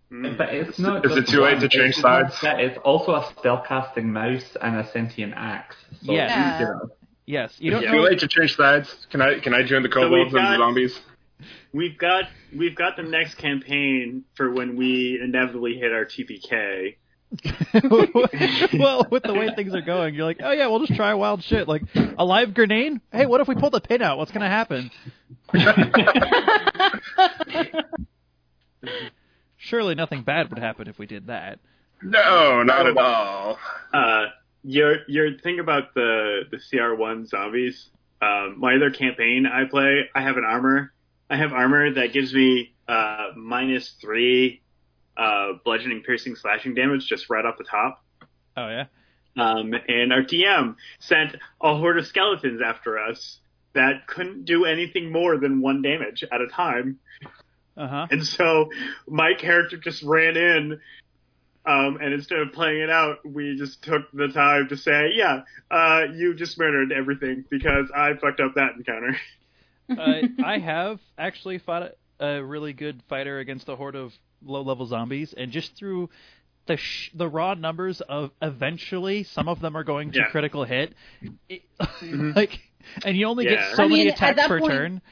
Speaker 2: But it's not.
Speaker 5: Is it
Speaker 2: just
Speaker 5: too late
Speaker 2: one,
Speaker 5: to
Speaker 2: it's
Speaker 5: change
Speaker 2: just not
Speaker 5: sides?
Speaker 2: that, It's also a spellcasting mouse and a sentient axe. So
Speaker 1: Yes.
Speaker 3: Yeah.
Speaker 2: you know,
Speaker 1: Yes, you don't
Speaker 5: Too
Speaker 1: know.
Speaker 5: late to change sides. Can I can I join the
Speaker 4: we've
Speaker 5: kobolds and
Speaker 4: got-
Speaker 5: the zombies?
Speaker 4: We've got we've got the next campaign for when we inevitably hit our TPK.
Speaker 1: well, with the way things are going, you're like, oh yeah, we'll just try wild shit. Like a live grenade. Hey, what if we pull the pin out? What's gonna happen? Surely nothing bad would happen if we did that.
Speaker 5: No, not at all.
Speaker 4: Uh, your your thing about the the CR one zombies. Um, my other campaign I play, I have an armor. I have armor that gives me uh, minus three uh, bludgeoning, piercing, slashing damage just right off the top.
Speaker 1: Oh yeah.
Speaker 4: Um, and our DM sent a horde of skeletons after us that couldn't do anything more than one damage at a time.
Speaker 1: Uh huh.
Speaker 4: And so my character just ran in, um, and instead of playing it out, we just took the time to say, "Yeah, uh, you just murdered everything because I fucked up that encounter."
Speaker 1: uh, I have actually fought a really good fighter against a horde of low-level zombies, and just through the sh- the raw numbers of eventually some of them are going to
Speaker 4: Yeah. Mm-hmm.
Speaker 1: critical hit, it, like, and you only
Speaker 4: Yeah.
Speaker 1: get so
Speaker 4: I
Speaker 1: many
Speaker 3: mean, at
Speaker 1: attacks
Speaker 3: that
Speaker 1: per
Speaker 3: point-
Speaker 1: turn.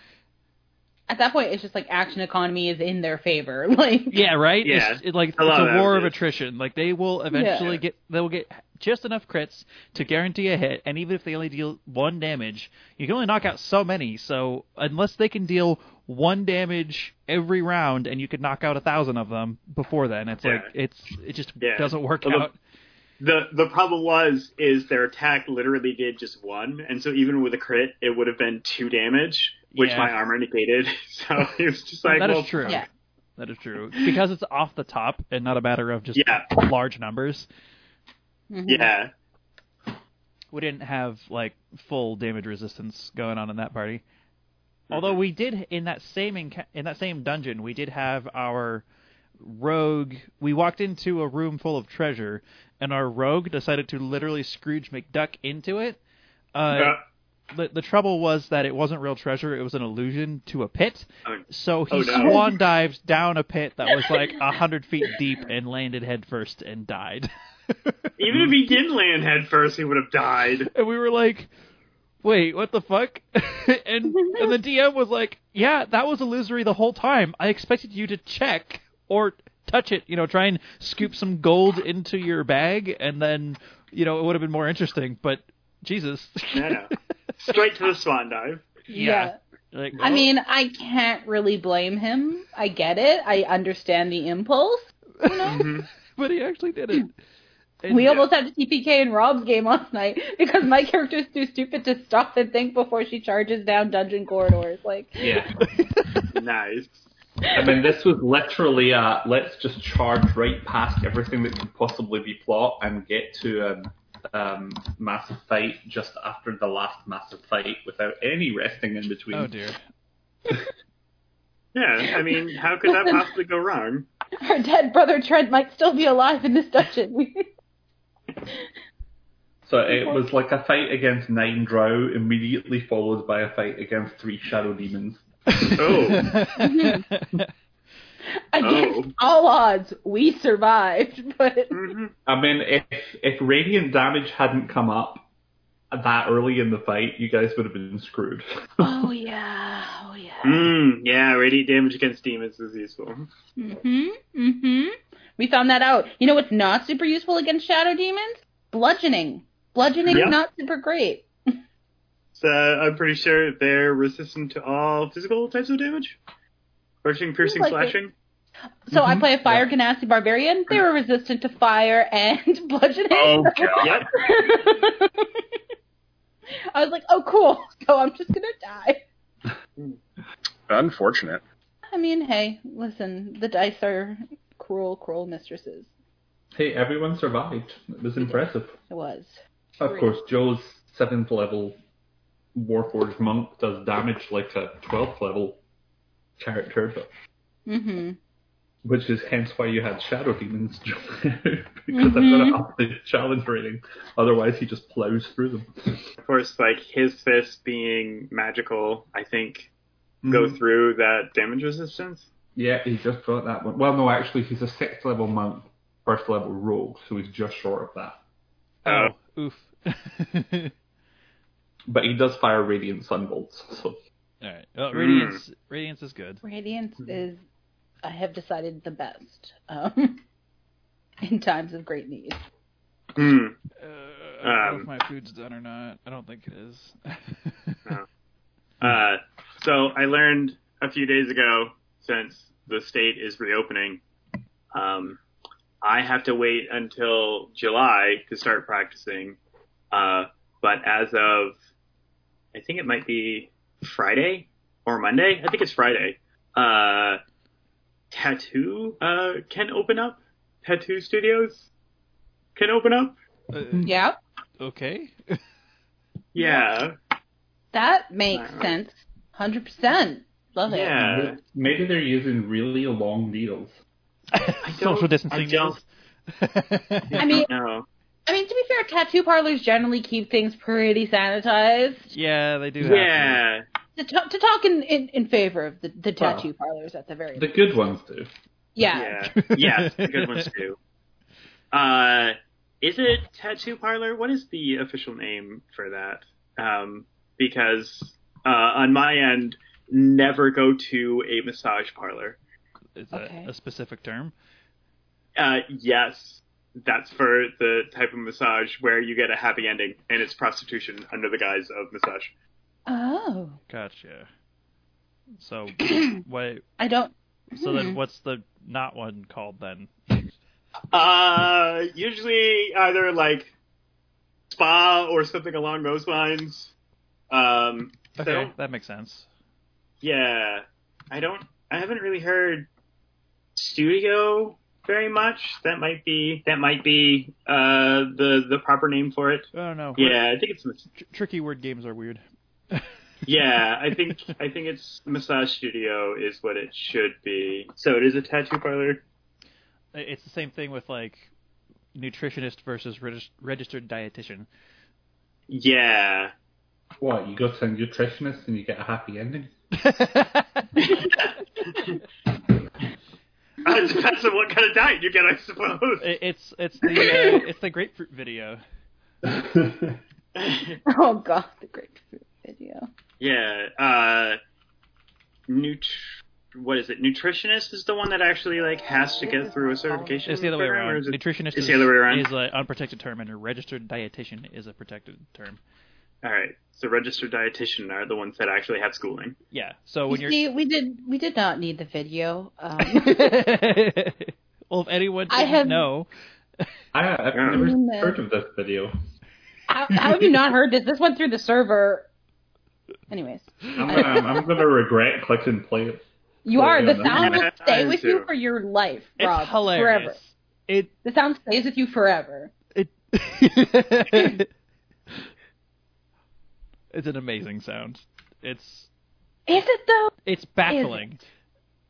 Speaker 3: At that point, it's just like action economy is in their favor. Like,
Speaker 1: Yeah, right.
Speaker 4: Yeah.
Speaker 1: It's, it, like it's
Speaker 4: A lot
Speaker 1: a
Speaker 4: of
Speaker 1: war
Speaker 4: that
Speaker 1: of
Speaker 4: is.
Speaker 1: attrition. Like they will eventually
Speaker 4: Yeah.
Speaker 1: get they will get just enough crits to guarantee a hit, and even if they only deal one damage, you can only knock out so many. So unless they can deal one damage every round, and you could knock out a thousand of them before then, it's
Speaker 4: Yeah.
Speaker 1: like it's it just
Speaker 4: Yeah.
Speaker 1: doesn't work
Speaker 4: Well, the-
Speaker 1: out.
Speaker 4: the The problem was is their attack literally did just one, and so even with a crit, it would have been two damage, which
Speaker 1: Yeah.
Speaker 4: my armor negated. So it was just like,
Speaker 1: that is
Speaker 4: well,
Speaker 1: true.
Speaker 3: Yeah.
Speaker 1: That is true because it's off the top and not a matter of just
Speaker 4: Yeah.
Speaker 1: large numbers.
Speaker 3: Mhm.
Speaker 4: yeah,
Speaker 1: we didn't have like full damage resistance going on in that party.
Speaker 4: Mm-hmm.
Speaker 1: Although we did in that same enc- in that same dungeon, we did have our rogue. We walked into a room full of treasure, and our rogue decided to literally Scrooge McDuck into it. Uh,
Speaker 4: Uh,
Speaker 1: the the trouble was that it wasn't real treasure; it was an illusion to a pit.
Speaker 4: Oh.
Speaker 1: So he
Speaker 4: Oh, no.
Speaker 1: swan dived down a pit that was like a hundred feet deep and landed headfirst and died.
Speaker 4: Even if he did land head first, he would have died.
Speaker 1: and we were like, "Wait, what the fuck?" and and the DM was like, "Yeah, that was illusory the whole time. I expected you to check or touch it, you know, try and scoop some gold into your bag, and then you know it would have been more interesting." But Jesus,
Speaker 4: No, no. Straight to the swan dive.
Speaker 1: Yeah. Like,
Speaker 3: I mean, I can't really blame him. I get it. I understand the impulse.
Speaker 4: Mm-hmm.
Speaker 1: but he actually did it. And-
Speaker 3: We almost had a TPK in Rob's game last night because my character is too stupid to stop and think before she charges down dungeon corridors. Like,
Speaker 2: Yeah.
Speaker 4: Nice.
Speaker 2: I mean, this was literally a let's just charge right past everything that could possibly be plot and get to a um, massive fight just after the last massive fight without any resting in between.
Speaker 1: Oh dear.
Speaker 4: Yeah, I mean, how could that possibly go wrong?
Speaker 3: her dead brother Trent might still be alive in this dungeon.
Speaker 2: So it was like a fight against Nine Drow, immediately followed by a fight against three Shadow Demons.
Speaker 4: Oh,
Speaker 3: Against all odds, we survived. But
Speaker 4: Mm-hmm.
Speaker 2: I mean, if if radiant damage hadn't come up that early in the fight, you guys would have been screwed.
Speaker 3: oh yeah, oh yeah.
Speaker 4: mm, yeah, radiant damage against demons is useful.
Speaker 3: Mhm, mhm. We found that out. You know what's not super useful against shadow demons? Bludgeoning. Bludgeoning
Speaker 4: Yeah.
Speaker 3: is not super great.
Speaker 4: So I'm pretty sure they're resistant to all physical types of damage. Crushing, piercing,
Speaker 3: like it.
Speaker 4: slashing.
Speaker 3: So I play a fire ganassi barbarian. They were resistant to fire and bludgeoning.
Speaker 5: Oh god.
Speaker 4: Yep.
Speaker 3: I was like, oh cool. So I'm just gonna die.
Speaker 5: Unfortunate.
Speaker 3: I mean, hey, listen, the dice are cruel, cruel mistresses.
Speaker 2: hey, everyone survived. It was impressive.
Speaker 3: It was.
Speaker 2: Of
Speaker 3: Great.
Speaker 2: course, Joe's seventh level Warforged monk does damage like a twelfth level character, but
Speaker 3: Mm-hmm.
Speaker 2: which is hence why you had shadow demons, Joe, because I'm going to up the challenge rating. Otherwise, he just plows through them.
Speaker 4: Of course, like his fist being magical, I think
Speaker 3: Mm-hmm.
Speaker 4: go through that damage resistance.
Speaker 2: Yeah, he just got that one. Well, no, actually, he's a sixth level monk, first level rogue, so he's just short of that.
Speaker 1: oh, oof. all
Speaker 2: But he does fire radiant sunbolts, so
Speaker 1: right. Well, radiance, radiance is good.
Speaker 3: Radiance is, I have decided, the best um, in times of great need.
Speaker 4: Hmm.
Speaker 1: Uh, I don't
Speaker 4: Um,
Speaker 1: know if my food's done or not. I don't think it is.
Speaker 4: Uh, so I learned a few days ago, since the state is reopening, um, I have to wait until July to start practicing. Uh, but as of, I think it might be Friday or Monday. I think it's Friday. Uh, tattoo uh, can open up. Tattoo studios can open up.
Speaker 1: Uh,
Speaker 3: Yeah,
Speaker 1: okay.
Speaker 4: Yeah.
Speaker 3: that makes
Speaker 4: Alright.
Speaker 3: sense. Hundred percent. Love it.
Speaker 4: Yeah.
Speaker 2: maybe they're using really long needles.
Speaker 1: Social
Speaker 4: I
Speaker 1: distancing.
Speaker 4: don't-
Speaker 3: I mean,
Speaker 4: No.
Speaker 3: I mean to be fair, tattoo parlors generally keep things pretty sanitized.
Speaker 1: yeah, they do. Have
Speaker 4: Yeah.
Speaker 3: To, ta- to talk in, in, in favor of the, the tattoo parlors at the very
Speaker 2: The good ones do.
Speaker 3: yeah.
Speaker 4: Yeah. yes, the good ones too. Uh, is it tattoo parlor? What is the official name for that? Um, because uh, on my end, never go to a massage parlor.
Speaker 1: to. It's a,
Speaker 3: Okay.
Speaker 1: a specific term.
Speaker 4: Uh, yes, that's for the type of massage where you get a happy ending, and it's prostitution under the guise of massage.
Speaker 3: Oh,
Speaker 1: Gotcha. So what?
Speaker 3: I don't. Hmm.
Speaker 1: So then, what's the not one called then?
Speaker 4: Uh, usually either like spa or something along those lines. Um, so-
Speaker 1: Okay, that makes sense.
Speaker 4: Yeah, I don't. I haven't really heard studio very much. That might be that might be uh, the the proper name for it.
Speaker 1: I don't know.
Speaker 4: Yeah, I think it's mas-
Speaker 1: Tr- tricky word games are weird.
Speaker 4: yeah. I think I think it's massage studio is what it should be. So it is a tattoo parlor.
Speaker 1: I- It's the same thing with like nutritionist versus regis- registered dietitian.
Speaker 4: Yeah,
Speaker 2: What, you go to a nutritionist and you get a happy ending?
Speaker 4: It depends on what kind of diet you get, I suppose.
Speaker 1: It- it's it's the uh, it's the grapefruit video.
Speaker 3: Oh god, the grapefruit video.
Speaker 4: Yeah. Uh, nut- what is it? Nutritionist is the one that actually like has to get through a certification.
Speaker 1: It's the other way
Speaker 4: program, or
Speaker 1: around.
Speaker 4: is it-
Speaker 1: Nutritionist
Speaker 4: it's
Speaker 1: is,
Speaker 4: the other way around.
Speaker 1: is an unprotected term, and a registered dietitian is a protected term.
Speaker 4: All right. So registered dietitian are the ones that actually have schooling.
Speaker 1: Yeah. So when
Speaker 3: you
Speaker 1: you're
Speaker 3: see, we did we did not need the video. Um,
Speaker 1: well, if anyone
Speaker 3: I
Speaker 1: didn't
Speaker 3: have-
Speaker 1: know,
Speaker 2: I, I've
Speaker 4: Yeah.
Speaker 2: never
Speaker 3: No.
Speaker 2: heard of this video.
Speaker 3: how, how have you not heard this? This went through the server. Anyways,
Speaker 2: I'm gonna, I'm gonna regret clicking play it.
Speaker 3: you
Speaker 2: Oh,
Speaker 3: are
Speaker 2: yeah,
Speaker 3: the
Speaker 2: no.
Speaker 3: sound will
Speaker 4: Yeah,
Speaker 3: stay
Speaker 4: I
Speaker 3: with
Speaker 4: do.
Speaker 3: you for your life,
Speaker 1: it's
Speaker 3: Rob. Forever.
Speaker 1: hilarious. It
Speaker 3: The sound stays with you forever.
Speaker 1: it it's an amazing sound. It's
Speaker 3: Is it though?
Speaker 1: it's baffling.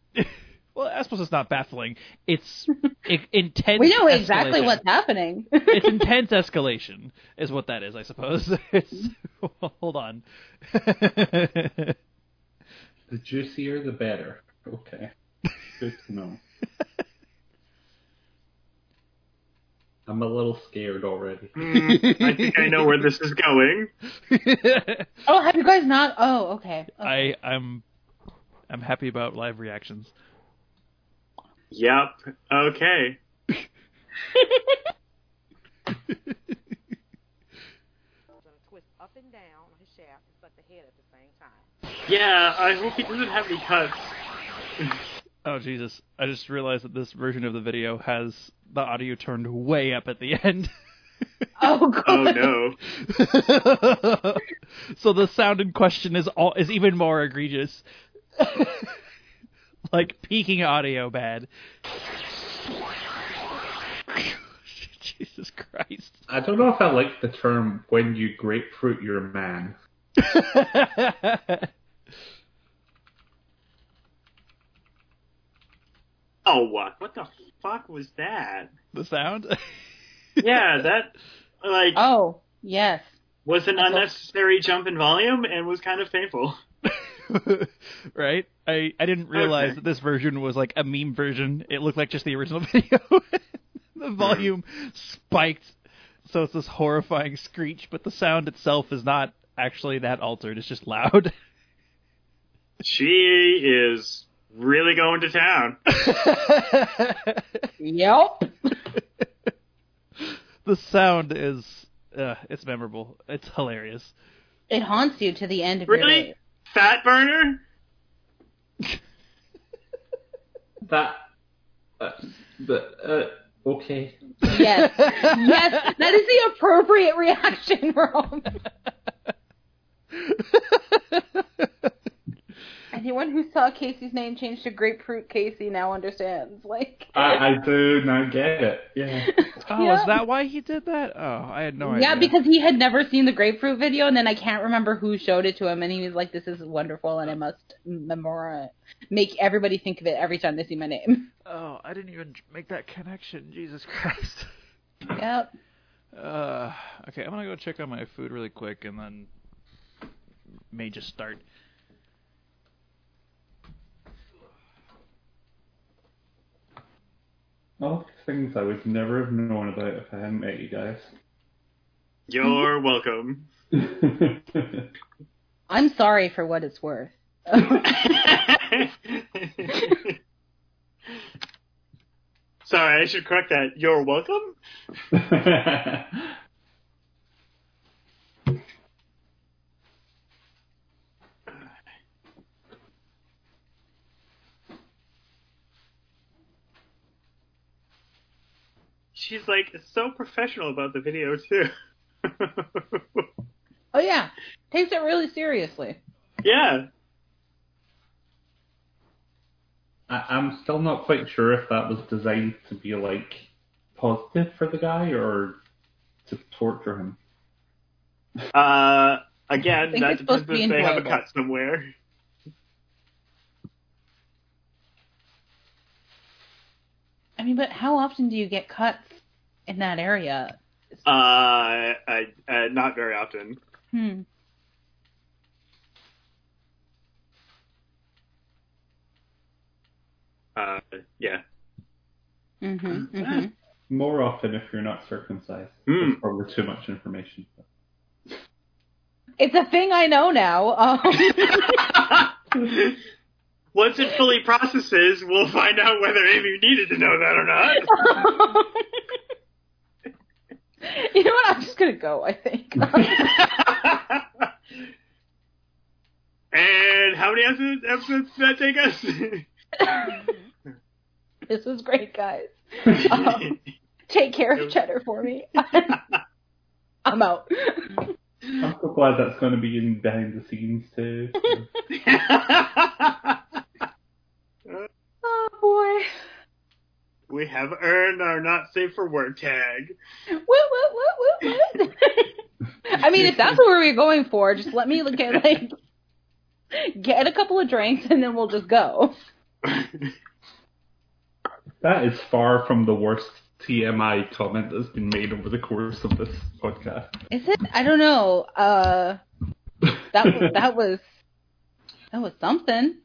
Speaker 1: well, I suppose it's not baffling. It's i intense.
Speaker 3: we know exactly
Speaker 1: escalation.
Speaker 3: what's happening.
Speaker 1: it's intense escalation is what that is, I suppose. It's, hold on.
Speaker 2: The juicier, the better. Okay. Good to know. I'm a little scared already.
Speaker 4: Mm, I think I know where this is going.
Speaker 3: oh, have you guys not? Oh, okay. okay.
Speaker 1: I I'm I'm happy about live reactions.
Speaker 4: Yep. Okay.
Speaker 6: going to twist up and down on his shaft and suck the head at the same time.
Speaker 4: Yeah. I hope he doesn't have any cuts.
Speaker 1: Oh Jesus! I just realized that this version of the video has the audio turned way up at the end.
Speaker 3: Oh god.
Speaker 4: Oh no.
Speaker 1: so the sound in question is all is even more egregious. like peaking audio bad. Jesus Christ.
Speaker 2: I don't know if I like the term when you grapefruit your man.
Speaker 4: Oh what? What the fuck was that?
Speaker 1: the sound?
Speaker 4: Yeah. That like
Speaker 3: Oh yes.
Speaker 4: was an unnecessary jump in volume and was kind of painful.
Speaker 1: right? I, I didn't realize
Speaker 4: Okay.
Speaker 1: that this version was like a meme version. It looked like just the original video. the volume spiked, so it's this horrifying screech, but the sound itself is not actually that altered. It's just loud.
Speaker 4: She is really going to town.
Speaker 3: Yep.
Speaker 1: the sound is uh, it's memorable. It's hilarious.
Speaker 3: It haunts you to the end of your
Speaker 4: Really?
Speaker 3: days.
Speaker 4: Fat burner?
Speaker 2: That. Uh, the, uh, okay.
Speaker 3: Yes. yes. That is the appropriate reaction, Rob. Anyone who saw Casey's name change to grapefruit Casey now understands. Like
Speaker 2: I, I do now get it. Yeah.
Speaker 1: Oh,
Speaker 3: Yeah.
Speaker 1: is that why he did that? Oh, I had no idea.
Speaker 3: Yeah, because he had never seen the grapefruit video, and then I can't remember who showed it to him, and he was like, "This is wonderful, and I must memora make everybody think of it every time they see my name."
Speaker 1: Oh, I didn't even make that connection. Jesus Christ.
Speaker 3: Yep.
Speaker 1: Uh, okay, I'm gonna go check on my food really quick, and then may just start.
Speaker 2: All things I would never have known about if I hadn't met you
Speaker 4: You're welcome.
Speaker 2: guys.
Speaker 3: I'm sorry for what it's worth.
Speaker 4: Sorry, I should correct that. You're welcome? She's like so professional about the video too.
Speaker 3: Oh yeah, takes it really seriously.
Speaker 4: yeah.
Speaker 2: I, I'm still not quite sure if that was designed to be like positive for the guy or to torture him.
Speaker 4: Uh
Speaker 3: I
Speaker 4: again,
Speaker 3: think
Speaker 4: that
Speaker 3: it's supposed
Speaker 4: depends
Speaker 3: to be
Speaker 4: if they have a
Speaker 3: enjoyable.
Speaker 4: cut somewhere.
Speaker 3: I mean, but how often do you get cuts in that area?
Speaker 4: Uh, I, uh not very often.
Speaker 3: Hmm.
Speaker 4: Uh, yeah.
Speaker 3: hmm hmm
Speaker 2: More often if you're not circumcised.
Speaker 4: Hmm.
Speaker 2: That's probably too much information.
Speaker 3: It's a thing I know now. Um,
Speaker 4: Once it fully processes, we'll find out whether Amy needed to know that or not.
Speaker 3: you know what? I'm just gonna go. I think.
Speaker 4: and how many episodes, episodes did that take us?
Speaker 3: this was great, guys. Um, take care of cheddar for me. I'm out.
Speaker 2: I'm so glad that's going to be in behind the scenes too.
Speaker 3: Oh
Speaker 4: we have earned our not safe for work tag.
Speaker 3: boy. Woo woo woo woo woo. I mean, if that's what we were going for, just let me look at like get a couple of drinks and then we'll just go.
Speaker 2: that is far from the worst TMI comment that's been made over the course of this podcast.
Speaker 3: Is it? I don't know. Uh, that was, that was that was something.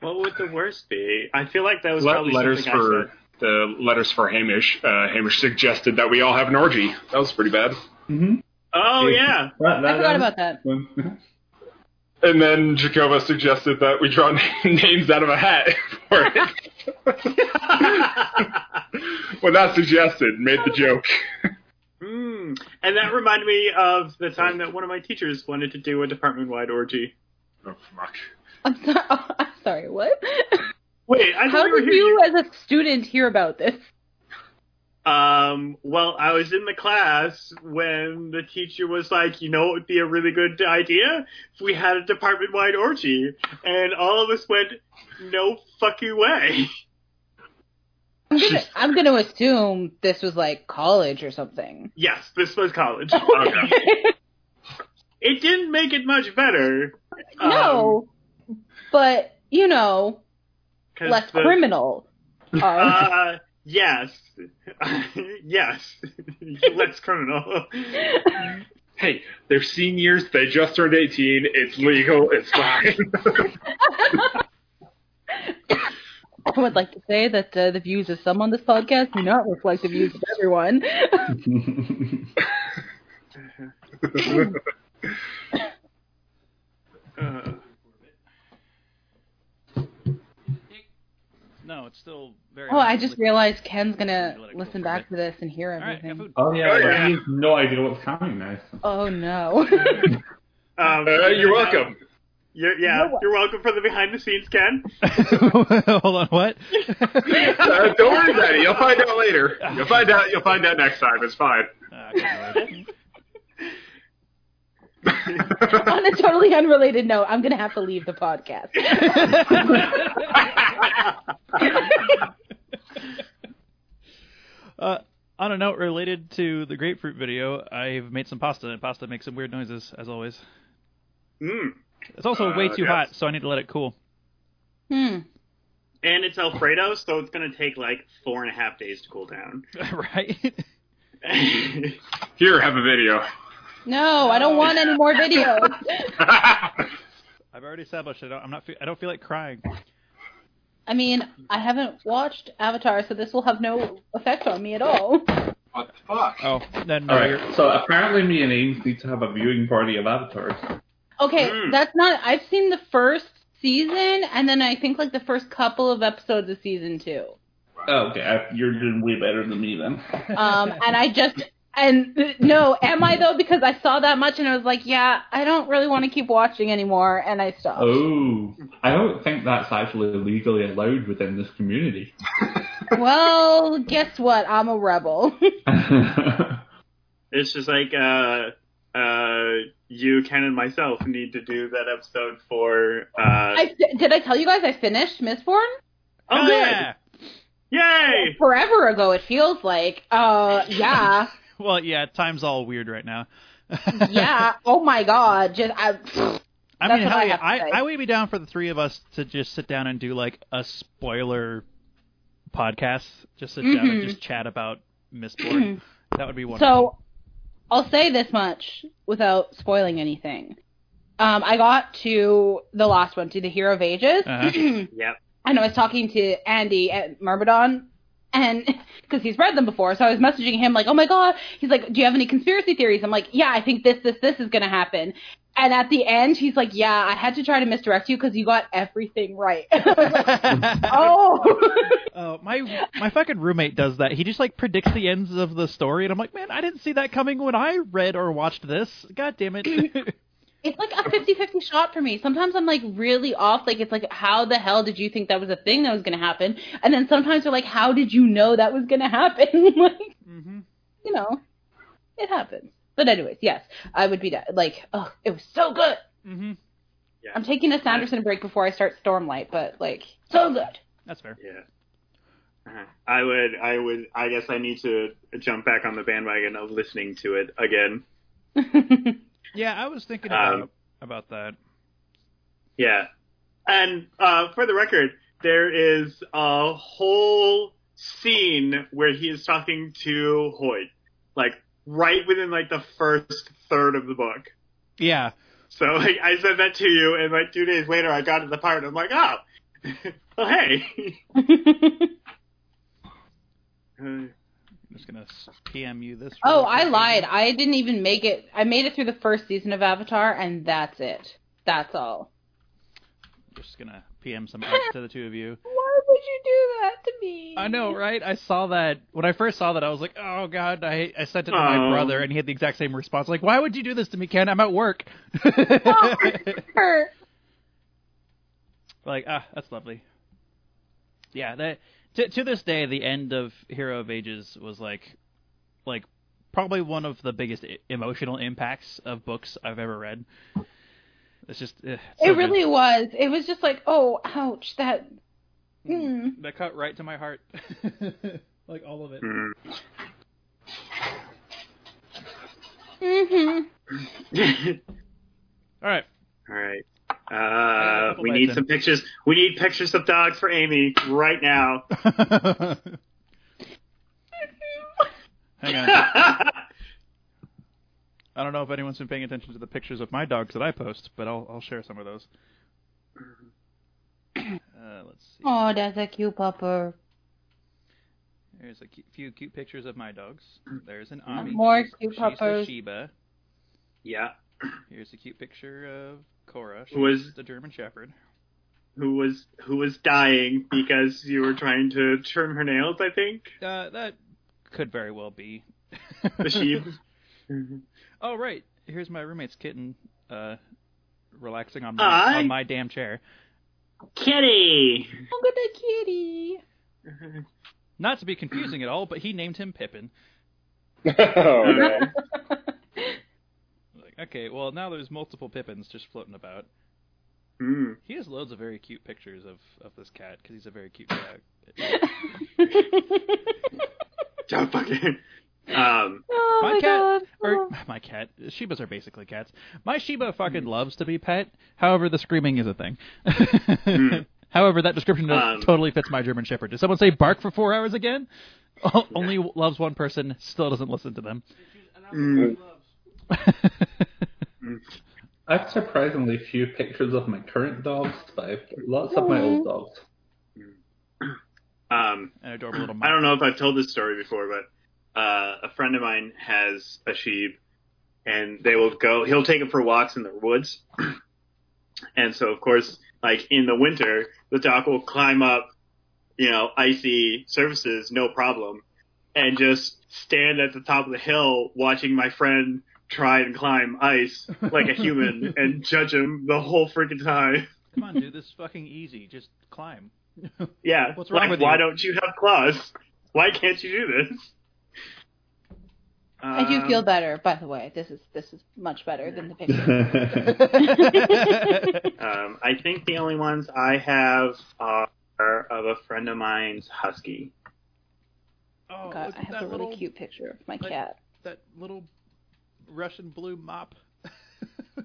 Speaker 4: What would the worst be? I feel like that was
Speaker 5: Le-
Speaker 4: probably
Speaker 5: letters
Speaker 4: something I
Speaker 5: for the letters for Hamish. Uh, Hamish suggested that we all have an orgy. That was pretty bad.
Speaker 2: Mm-hmm.
Speaker 4: said. Oh yeah.
Speaker 2: That,
Speaker 3: I forgot about that.
Speaker 2: that.
Speaker 5: And then Jacoba suggested that we draw names out of a hat for it. well, not suggested, made the joke.
Speaker 4: Mm. And that reminded me of the time that one of my teachers wanted to do a department-wide orgy.
Speaker 5: Oh, fuck.
Speaker 3: I'm sorry. I'm sorry. What?
Speaker 4: Wait, I
Speaker 3: How
Speaker 4: thought we were
Speaker 3: did
Speaker 4: here.
Speaker 3: you, as a student, hear about this?
Speaker 4: Um, well, I was in the class when the teacher was like, you know, it would be a really good idea if we had a department wide orgy. And all of us went, no fucking way.
Speaker 3: I'm gonna, I'm gonna assume this was like college or something.
Speaker 4: Yes, this was college.
Speaker 5: Okay.
Speaker 4: It didn't make it much better.
Speaker 3: no, but you know,
Speaker 4: um, 'cause
Speaker 3: less
Speaker 4: Um, the-
Speaker 3: criminal. Um,
Speaker 4: Uh, yes. yes. less criminal.
Speaker 5: Hey, they're seniors. They just turned 18. It's legal. It's fine.
Speaker 3: I would like to say that uh, the views of some on this podcast do not reflect the views of everyone.
Speaker 4: Uh,
Speaker 1: No, it's still very.
Speaker 3: oh,
Speaker 1: hot.
Speaker 3: I just
Speaker 1: Like-
Speaker 3: realized Ken's gonna
Speaker 1: Let it go
Speaker 3: listen
Speaker 1: for a
Speaker 3: back to this and hear
Speaker 1: All right, got
Speaker 3: everything.
Speaker 1: food.
Speaker 2: oh yeah,
Speaker 5: Oh,
Speaker 2: well,
Speaker 5: yeah.
Speaker 2: I have no idea what's coming now. so-
Speaker 3: oh no.
Speaker 4: um,
Speaker 5: Uh, you're welcome.
Speaker 4: You're, yeah,
Speaker 3: You're wel-
Speaker 4: you're welcome for the behind the scenes, Ken.
Speaker 1: Hold on, what?
Speaker 5: Uh, don't worry about it. You'll find out later. You'll find out. You'll find out next time. It's fine.
Speaker 1: Ah, God.
Speaker 3: On a totally unrelated note, I'm gonna have to leave the podcast.
Speaker 1: uh, on a note related to the grapefruit video, I've made some pasta, and pasta makes some weird noises, as always.
Speaker 4: Mm.
Speaker 1: It's also
Speaker 5: Uh,
Speaker 1: way too
Speaker 5: yes.
Speaker 1: hot, so I need to let it cool.
Speaker 3: hmm.
Speaker 4: And it's Alfredo, so it's going to take like four and a half days to cool down.
Speaker 1: right?
Speaker 5: Here, have a video.
Speaker 3: No, I don't want any more videos.
Speaker 1: I've already established it. I'm not. Fe- I don't feel like crying.
Speaker 3: I mean, I haven't watched Avatar, so this will have no effect on me at all.
Speaker 5: what the fuck?
Speaker 1: Oh, then no,
Speaker 2: All right.
Speaker 1: you're-
Speaker 2: So apparently, me and Ames need to have a viewing party of avatars.
Speaker 3: Okay,
Speaker 4: Mm.
Speaker 3: that's not. I've seen the first season, and then I think like the first couple of episodes of season two.
Speaker 2: Oh, okay, I, you're doing way better than me then.
Speaker 3: Um, and I just and no, am I though? Because I saw that much, and I was like, yeah, I don't really want to keep watching anymore, and I stopped.
Speaker 2: Oh, I don't think that's actually legally allowed within this community.
Speaker 3: Well, guess what? I'm a rebel.
Speaker 4: it's just like uh, uh, you, Ken, and myself need to do that episode for. Uh...
Speaker 3: I, did I tell you guys I finished Mistborn?
Speaker 4: oh,
Speaker 1: Hell
Speaker 4: good!
Speaker 1: yeah.
Speaker 4: Yay!
Speaker 3: Forever ago, it feels like. Uh, yeah.
Speaker 1: Well, yeah. Time's all weird right now.
Speaker 3: yeah. Oh my god. Just I,
Speaker 1: I
Speaker 3: That's
Speaker 1: mean,
Speaker 3: what
Speaker 1: hell
Speaker 3: I
Speaker 1: yeah.
Speaker 3: have to
Speaker 1: I,
Speaker 3: say.
Speaker 1: I would be down for the three of us to just sit down and do like a spoiler podcast. Just sit down and
Speaker 3: Mhm.
Speaker 1: just chat about Mistborn. that would be wonderful.
Speaker 3: so I'll say this much without spoiling anything. Um, I got to the last one, to the Hero of Ages,
Speaker 1: Uh-huh.
Speaker 4: Yep.
Speaker 3: and I was talking to Andy at Myrmidon, and because he's read them before, so I was messaging him like, "Oh my god!" He's like, "Do you have any conspiracy theories?" I'm like, "Yeah, I think this, this, this is gonna happen." And at the end, he's like, "Yeah, I had to try to misdirect you because you got everything right." I was like, "Oh."
Speaker 1: Oh, my my fucking roommate does that. He just like predicts the ends of the story, and I'm like, man, I didn't see that coming when I read or watched this. God damn it! Mm-hmm.
Speaker 3: It's like a 50-50 shot for me. Sometimes I'm like really off. Like it's like, how the hell did you think that was a thing that was gonna happen? And then sometimes they're like, how did you know that was gonna happen? like,
Speaker 1: Mhm.
Speaker 3: you know, it happens. But anyways, yes, I would be that. Like, oh, it was so good.
Speaker 1: hmm
Speaker 3: I'm taking a Sanderson break before I start Stormlight, but like, so good.
Speaker 1: That's fair.
Speaker 4: Yeah. Uh-huh. I would, I would, I guess I need to jump back on the bandwagon of listening to it again.
Speaker 1: Yeah, I was thinking
Speaker 4: Um,
Speaker 1: about about that.
Speaker 4: Yeah. And uh, for the record, there is a whole scene where he is talking to Hoyt, like right within like the first third of the book.
Speaker 1: Yeah,
Speaker 4: So like, I sent that to you, and like two days later, I got to the part. And I'm like, oh, well, hey. Uh,
Speaker 1: I'm just gonna s- PM you this.
Speaker 3: oh,
Speaker 1: real
Speaker 3: I
Speaker 1: quick.
Speaker 3: lied. I didn't even make it. I made it through the first season of Avatar, and that's it. That's all.
Speaker 1: just gonna PM some art to the two of you.
Speaker 3: Why would you do that to me?
Speaker 1: I know, right? I saw that when I first saw that. I was like, "Oh God!" I I sent it to my
Speaker 4: Oh.
Speaker 1: brother, and he had the exact same response. Like, "Why would you do this to me, Ken? I'm at work."
Speaker 3: Hurt.
Speaker 1: like, ah, that's lovely. Yeah, that to to this day, the end of Hero of Ages was like, like probably one of the biggest I- emotional impacts of books I've ever read. It's just eh, it's so
Speaker 3: It
Speaker 1: good.
Speaker 3: really was. It was just like, oh, ouch, that. Mm.
Speaker 1: that cut right to my heart, like all of it.
Speaker 4: mm.
Speaker 3: hmm
Speaker 1: All right,
Speaker 4: All right.
Speaker 1: got a
Speaker 4: Uh,
Speaker 1: couple
Speaker 4: we
Speaker 1: bites
Speaker 4: need
Speaker 1: in.
Speaker 4: some pictures. We need pictures of dogs for Amy right now.
Speaker 1: hang on. I don't know if anyone's been paying attention to the pictures of my dogs that I post, but I'll I'll share some of those. Uh, let's see.
Speaker 3: Oh, that's a cute pupper.
Speaker 1: There's a cu- few cute pictures of my dogs. There's an Ami.
Speaker 3: More
Speaker 1: She's-
Speaker 3: cute
Speaker 1: she's a
Speaker 3: puppers.
Speaker 1: Sheba.
Speaker 4: yeah.
Speaker 1: Here's a cute picture of Cora. She's
Speaker 4: Was-
Speaker 1: the German Shepherd.
Speaker 4: Who was who was dying because you were trying to trim her nails? I think
Speaker 1: Uh, that could very well be.
Speaker 4: the sheep.
Speaker 1: Oh right, here's my roommate's kitten, uh, relaxing on
Speaker 4: Hi.
Speaker 1: my, on my damn chair.
Speaker 4: Kitty.
Speaker 3: Look at the kitty.
Speaker 1: Not to be confusing at all, but he named him Pippin.
Speaker 5: oh, no.
Speaker 1: Like, okay, well now there's multiple Pippins just floating about.
Speaker 4: Mm.
Speaker 1: He has loads of very cute pictures of of this cat because he's a very cute cat.
Speaker 5: Oh,
Speaker 4: Don't fucking. Um.
Speaker 3: oh
Speaker 1: My
Speaker 3: my
Speaker 1: cat-
Speaker 3: god.
Speaker 1: or my cat, Shibas are basically cats. My Shiba fucking loves to be pet. However, the screaming is a thing. Hmm. However, that description does-
Speaker 4: Um.
Speaker 1: totally fits my German Shepherd. Did someone say bark for four hours again? O- Only loves one person, still doesn't listen to them.
Speaker 4: mm.
Speaker 2: I have surprisingly few pictures of my current dogs, but I've got lots of my old dogs.
Speaker 4: Um.
Speaker 1: An adorable little.
Speaker 4: I don't know if I've told this story before, but uh, a friend of mine has a sheep, and they will go. He'll take it for walks in the woods, and so of course, like in the winter, the dog will climb up, you know, icy surfaces, no problem, and just stand at the top of the hill watching my friend try and climb ice like a human and judge him the whole freaking time.
Speaker 1: Come on, dude, this is fucking easy. Just climb.
Speaker 4: Yeah,
Speaker 1: What's wrong
Speaker 4: like,
Speaker 1: with
Speaker 4: why
Speaker 1: you?
Speaker 4: don't you have claws? Why can't you do this?
Speaker 3: I do feel
Speaker 4: Um,
Speaker 3: better, by the way. This is this is much better than the picture.
Speaker 1: Oh,
Speaker 4: Um, I think the only ones I have are of a friend of mine's husky.
Speaker 1: oh,
Speaker 3: God,
Speaker 1: look
Speaker 3: I
Speaker 1: at
Speaker 3: have
Speaker 1: that
Speaker 3: a really
Speaker 1: little
Speaker 3: cute picture of my
Speaker 1: like-
Speaker 3: cat.
Speaker 1: that little Russian blue mop.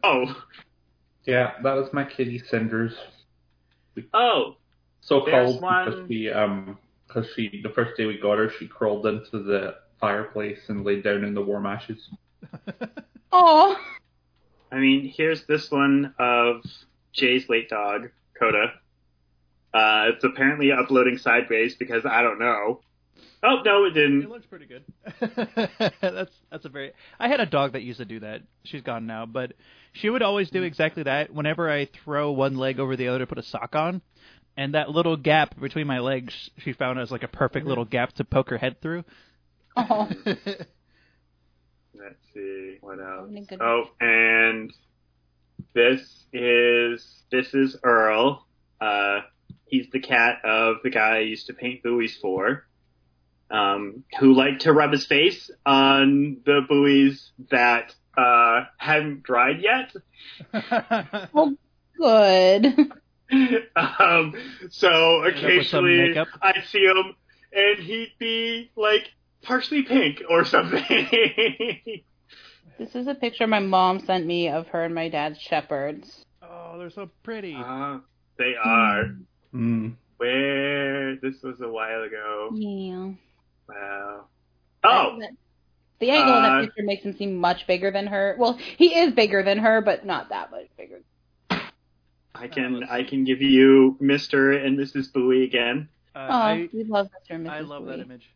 Speaker 4: Oh,
Speaker 2: yeah, that was my kitty Cinders.
Speaker 4: oh,
Speaker 2: So
Speaker 4: There's
Speaker 2: called
Speaker 4: one-
Speaker 2: because we um because she the first day we got her she crawled into the fireplace and laid down in the warm ashes.
Speaker 3: Oh,
Speaker 4: I mean, here's this one of Jay's late dog Coda. Uh, it's apparently uploading sideways because I don't know. Oh no, it
Speaker 1: It
Speaker 4: didn't.
Speaker 1: looks pretty good. that's that's a very. I had a dog that used to do that. She's gone now, but she would always do exactly that. Whenever I throw one leg over the other to put a sock on, and that little gap between my legs, she found as like a perfect little gap to poke her head through.
Speaker 3: Oh,
Speaker 4: Let's see what else.
Speaker 3: Having a good-
Speaker 4: Oh, and this is this is Earl. Uh, he's the cat of the guy I used to paint buoys for, um, who liked to rub his face on the buoys that uh, hadn't dried yet.
Speaker 3: good.
Speaker 4: um, so
Speaker 1: up with some
Speaker 4: occasionally
Speaker 1: makeup.
Speaker 4: I'd see him and he'd be like partially pink or something.
Speaker 3: This is a picture my mom sent me of her and my dad's shepherds.
Speaker 1: oh, they're so pretty.
Speaker 4: Ah, they are.
Speaker 2: Mm.
Speaker 4: Where this was a while ago.
Speaker 3: Yeah.
Speaker 4: Wow. Oh,
Speaker 3: The angle in
Speaker 4: Uh,
Speaker 3: that picture makes him seem much bigger than her. Well, he is bigger than her, but not that much bigger.
Speaker 4: I can I can give you Mr. and Mrs. Bowie again.
Speaker 1: Uh,
Speaker 3: Oh,
Speaker 1: I
Speaker 3: we love Mr. and Mrs.
Speaker 1: I love that
Speaker 3: Lee.
Speaker 1: image.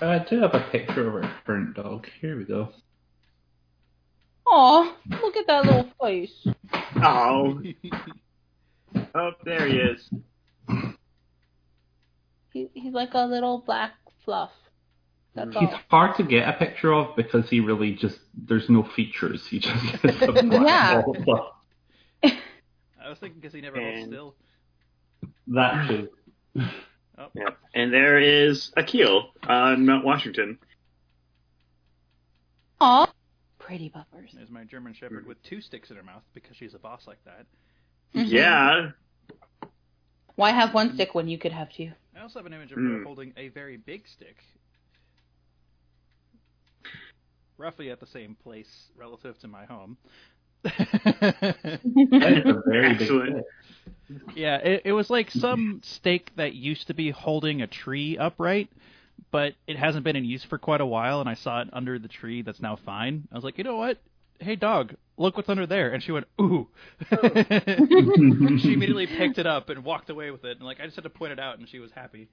Speaker 2: I do have a picture of our current dog. Here we go.
Speaker 3: Aw, look at that little face.
Speaker 4: Oh, oh, there he is.
Speaker 3: He, he's like a little black fluff. That's
Speaker 2: He's
Speaker 4: Mm.
Speaker 3: all.
Speaker 2: hard to get a picture of because he really just there's no features. He just gets a black
Speaker 3: Yeah.
Speaker 2: ball.
Speaker 1: I was thinking because he never holds
Speaker 4: And-
Speaker 1: still.
Speaker 2: That too.
Speaker 4: Yeah. And there is Akil on Mount Washington.
Speaker 3: Aw, pretty buffers.
Speaker 1: There's my German Shepherd with two sticks in her mouth because she's a boss like that.
Speaker 3: Mhm.
Speaker 4: Yeah.
Speaker 3: Why have one stick when you could have two?
Speaker 1: I also have an image of
Speaker 4: Mm.
Speaker 1: her holding a very big stick, roughly at the same place relative to my home.
Speaker 2: That is a very big
Speaker 4: Excellent.
Speaker 2: stick.
Speaker 1: yeah, it, it was like some stake that used to be holding a tree upright, but it hasn't been in use for quite a while. And I saw it under the tree that's now fine. I was like, you know what? Hey, dog, look what's under there. And she went, ooh. she immediately picked it up and walked away with it. And like, I just had to point it out, and she was happy.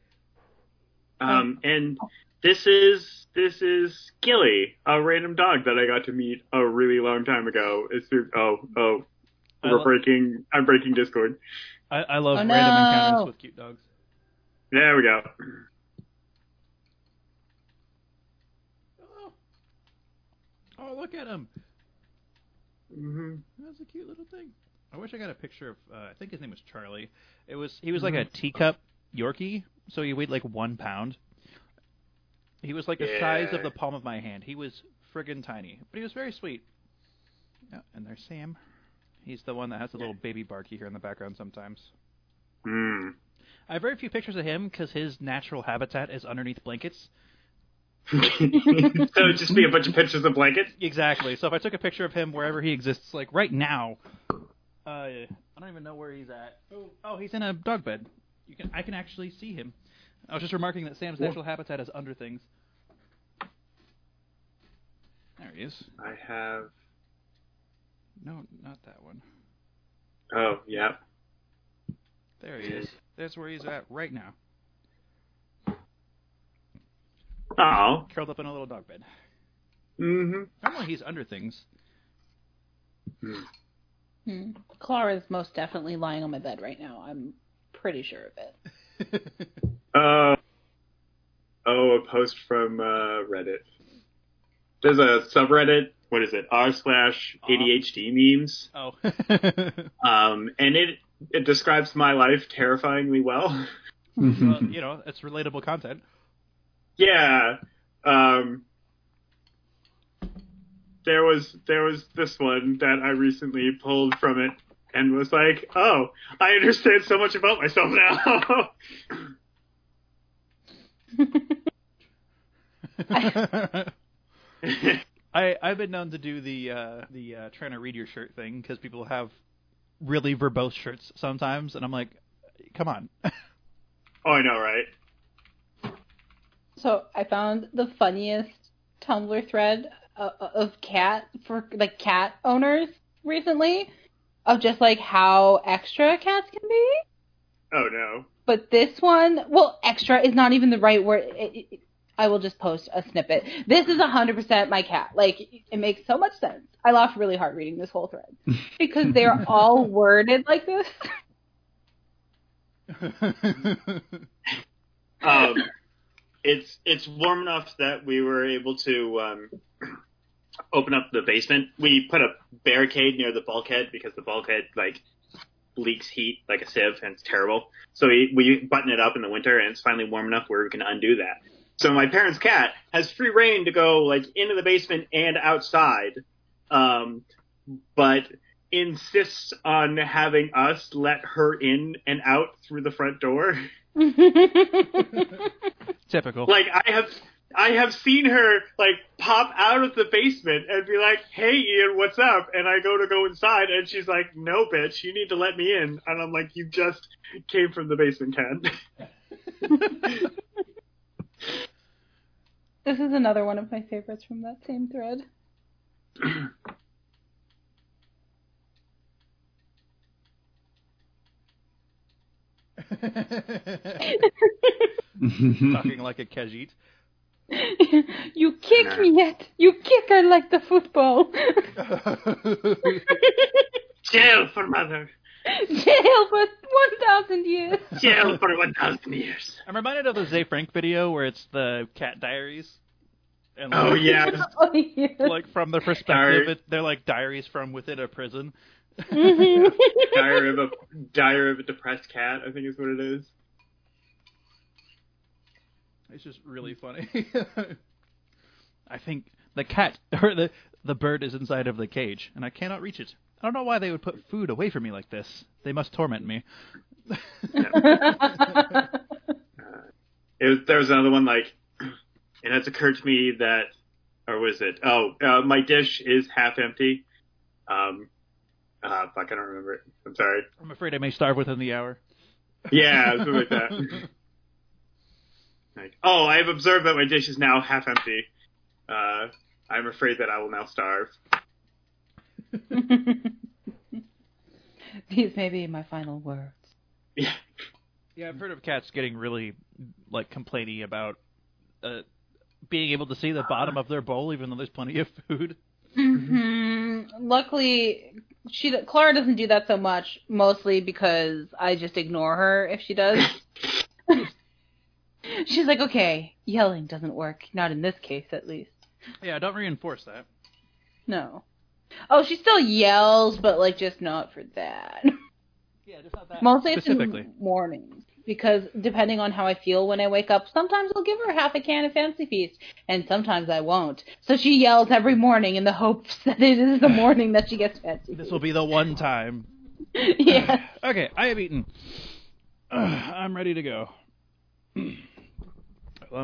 Speaker 4: Um, and this is this is Gilly, a random dog that I got to meet a really long time ago. It's through, oh oh,
Speaker 1: I
Speaker 4: we're
Speaker 1: lo-
Speaker 4: breaking I'm breaking Discord.
Speaker 1: I, I love
Speaker 3: Oh,
Speaker 1: random
Speaker 3: no.
Speaker 1: encounters with cute dogs.
Speaker 4: There we go.
Speaker 1: Oh, oh look at him.
Speaker 4: hmm
Speaker 1: That's a cute little thing. I wish I got a picture of. Uh, I think his name was Charlie. It was he was like a teacup Yorkie, so he weighed like one pound. He was like the size of
Speaker 4: Yeah.
Speaker 1: the palm of my hand. He was friggin' tiny, but he was very sweet. Yeah, and there's Sam. He's the one that has a little baby bark you hear in the background sometimes.
Speaker 5: Hmm.
Speaker 4: Mm.
Speaker 1: I have very few pictures of him because his natural habitat is underneath blankets.
Speaker 4: so it'd just be a bunch of pictures of blankets.
Speaker 1: Exactly. So if I took a picture of him wherever he exists, like right now, uh, I don't even know where he's at. Oh, oh, he's in a dog bed. You can, I can actually see him. I was just remarking that Sam's natural habitat is under things. There he is.
Speaker 4: I have.
Speaker 1: No, not that one.
Speaker 4: Oh yeah.
Speaker 1: There he is. That's where he's at right now,
Speaker 4: Oh.
Speaker 1: curled up in a little dog bed.
Speaker 4: hmm
Speaker 1: Normally he's under things.
Speaker 3: Hmm. Clara's most definitely lying on my bed right now. I'm pretty sure of it.
Speaker 4: Uh, oh, a post from uh, Reddit. There's a subreddit. Uh-huh. What is it? R slash ADHD memes.
Speaker 1: Oh.
Speaker 4: Um, and it it describes my life terrifyingly well.
Speaker 1: well, you know, it's relatable content.
Speaker 4: Yeah. Um, there was there was this one that I recently pulled from it and was like, "Oh, I understand so much about myself now."
Speaker 1: I I've been known to do the uh, the uh, trying to read your shirt thing because people have really verbose shirts sometimes, and I'm like, come on.
Speaker 4: oh, I know, right?
Speaker 3: So I found the funniest Tumblr thread uh, of cat for like cat owners recently of just like how extra cats can be.
Speaker 4: Oh no.
Speaker 3: But this one, well, extra is not even the right word. It- it- it- I will just post a snippet. This is 100% my cat. Like, it makes so much sense. I laughed really hard reading this whole thread because they're all worded like this.
Speaker 4: Um, it's it's warm enough that we were able to um, open up the basement. We put a barricade near the bulkhead because the bulkhead like leaks heat like a sieve and it's terrible. So we, we button it up in the winter and it's finally warm enough where we can undo that. So my parents' cat has free reign to go like into the basement and outside, um, but insists on having us let her in and out through the front door.
Speaker 1: Typical.
Speaker 4: Like I have I have seen her like pop out of the basement and be like, "Hey Ian, what's up?" and I go to go inside and she's like, "No, bitch, you need to let me in." And I'm like, "You just came from the basement, Ken."
Speaker 3: this is another one of my favorites from that same thread.
Speaker 1: Talking like a Khajiit.
Speaker 3: you kick me yet? You kick her like the football.
Speaker 4: Jail for mother.
Speaker 3: Jail for 1,000 years.
Speaker 4: Jail for 1000 years.
Speaker 1: I'm reminded of the Zay Frank video where it's the cat diaries. And
Speaker 4: Oh
Speaker 1: like,
Speaker 4: yeah.
Speaker 3: Oh, yeah.
Speaker 1: like from the perspective,
Speaker 4: Diary.
Speaker 1: it, they're like diaries from within a prison.
Speaker 3: Mhm.
Speaker 4: Diary of a Diary of a depressed cat, I think is what it is.
Speaker 1: It's just really funny.
Speaker 4: Mm.
Speaker 1: I think the cat or the the bird is inside of the cage, and I cannot reach it. I don't know why they would put food away from me like this. They must torment me.
Speaker 4: it was, there was another one like, and it's occurred to me that, or was it? Oh, uh, my dish is half empty. Um, uh, fuck, I don't remember it. I'm sorry.
Speaker 1: I'm afraid I may starve within the hour.
Speaker 4: Yeah, something like that. Like, oh, I have observed that my dish is now half empty. Uh, I'm afraid that I will now starve.
Speaker 3: These may be my final words.
Speaker 4: Yeah.
Speaker 1: Yeah, I've heard of cats getting really like complainy about uh, being able to see the bottom of their bowl, even though there's plenty of food.
Speaker 3: hmm Luckily, she Clara doesn't do that so much, mostly because I just ignore her if she does. She's like, okay, yelling doesn't work. Not in this case, at least.
Speaker 1: Yeah, don't reinforce that.
Speaker 3: No. Oh, she still yells, but like just not for that.
Speaker 1: Yeah, just not that.
Speaker 3: Mostly it's
Speaker 1: Specifically.
Speaker 3: in mornings because depending on how I feel when I wake up, sometimes I'll give her half a can of Fancy Feast, and sometimes I won't. So she yells every morning in the hopes that it is the morning that she gets Fancy
Speaker 1: This
Speaker 3: Feast.
Speaker 1: will be the one time.
Speaker 3: yeah.
Speaker 1: Okay, I have eaten. Ugh, I'm ready to go. Let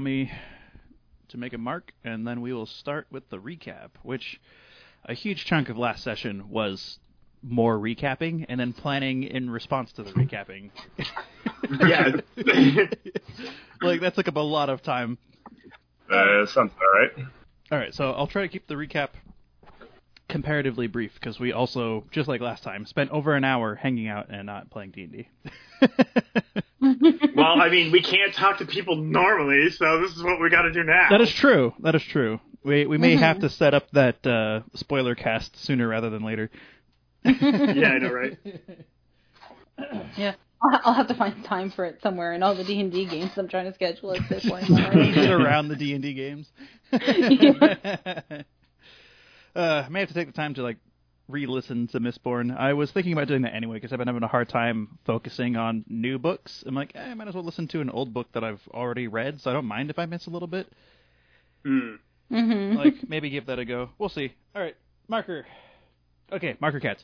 Speaker 1: me to make a mark, and then we will start with the recap, which a huge chunk of last session was more recapping and then planning in response to the recapping.
Speaker 4: Yeah.
Speaker 1: like that took up a lot of time.
Speaker 5: Uh, sounds all right.
Speaker 1: All right, so I'll try to keep the recap comparatively brief because we also, just like last time, spent over an hour hanging out and not playing D and D.
Speaker 4: well, I mean, we can't talk to people normally, so this is what we got to do now.
Speaker 1: That is true. That is true. We we may have to set up that uh, spoiler cast sooner rather than later.
Speaker 4: yeah, I know, right?
Speaker 3: Yeah. I'll I'll have to find time for it somewhere in all the D and D games I'm trying to schedule at this point. Mm-hmm. in my life.
Speaker 1: Get around the D and D games. uh, I may have to take the time to like re-listen to Mistborn. I was thinking about doing that anyway because I've been having a hard time focusing on new books. I'm like, eh, I might as well listen to an old book that I've already read, so I don't mind if I miss a little bit.
Speaker 4: Hmm.
Speaker 1: like maybe give that a go. We'll see. All right, marker. Okay, marker cats.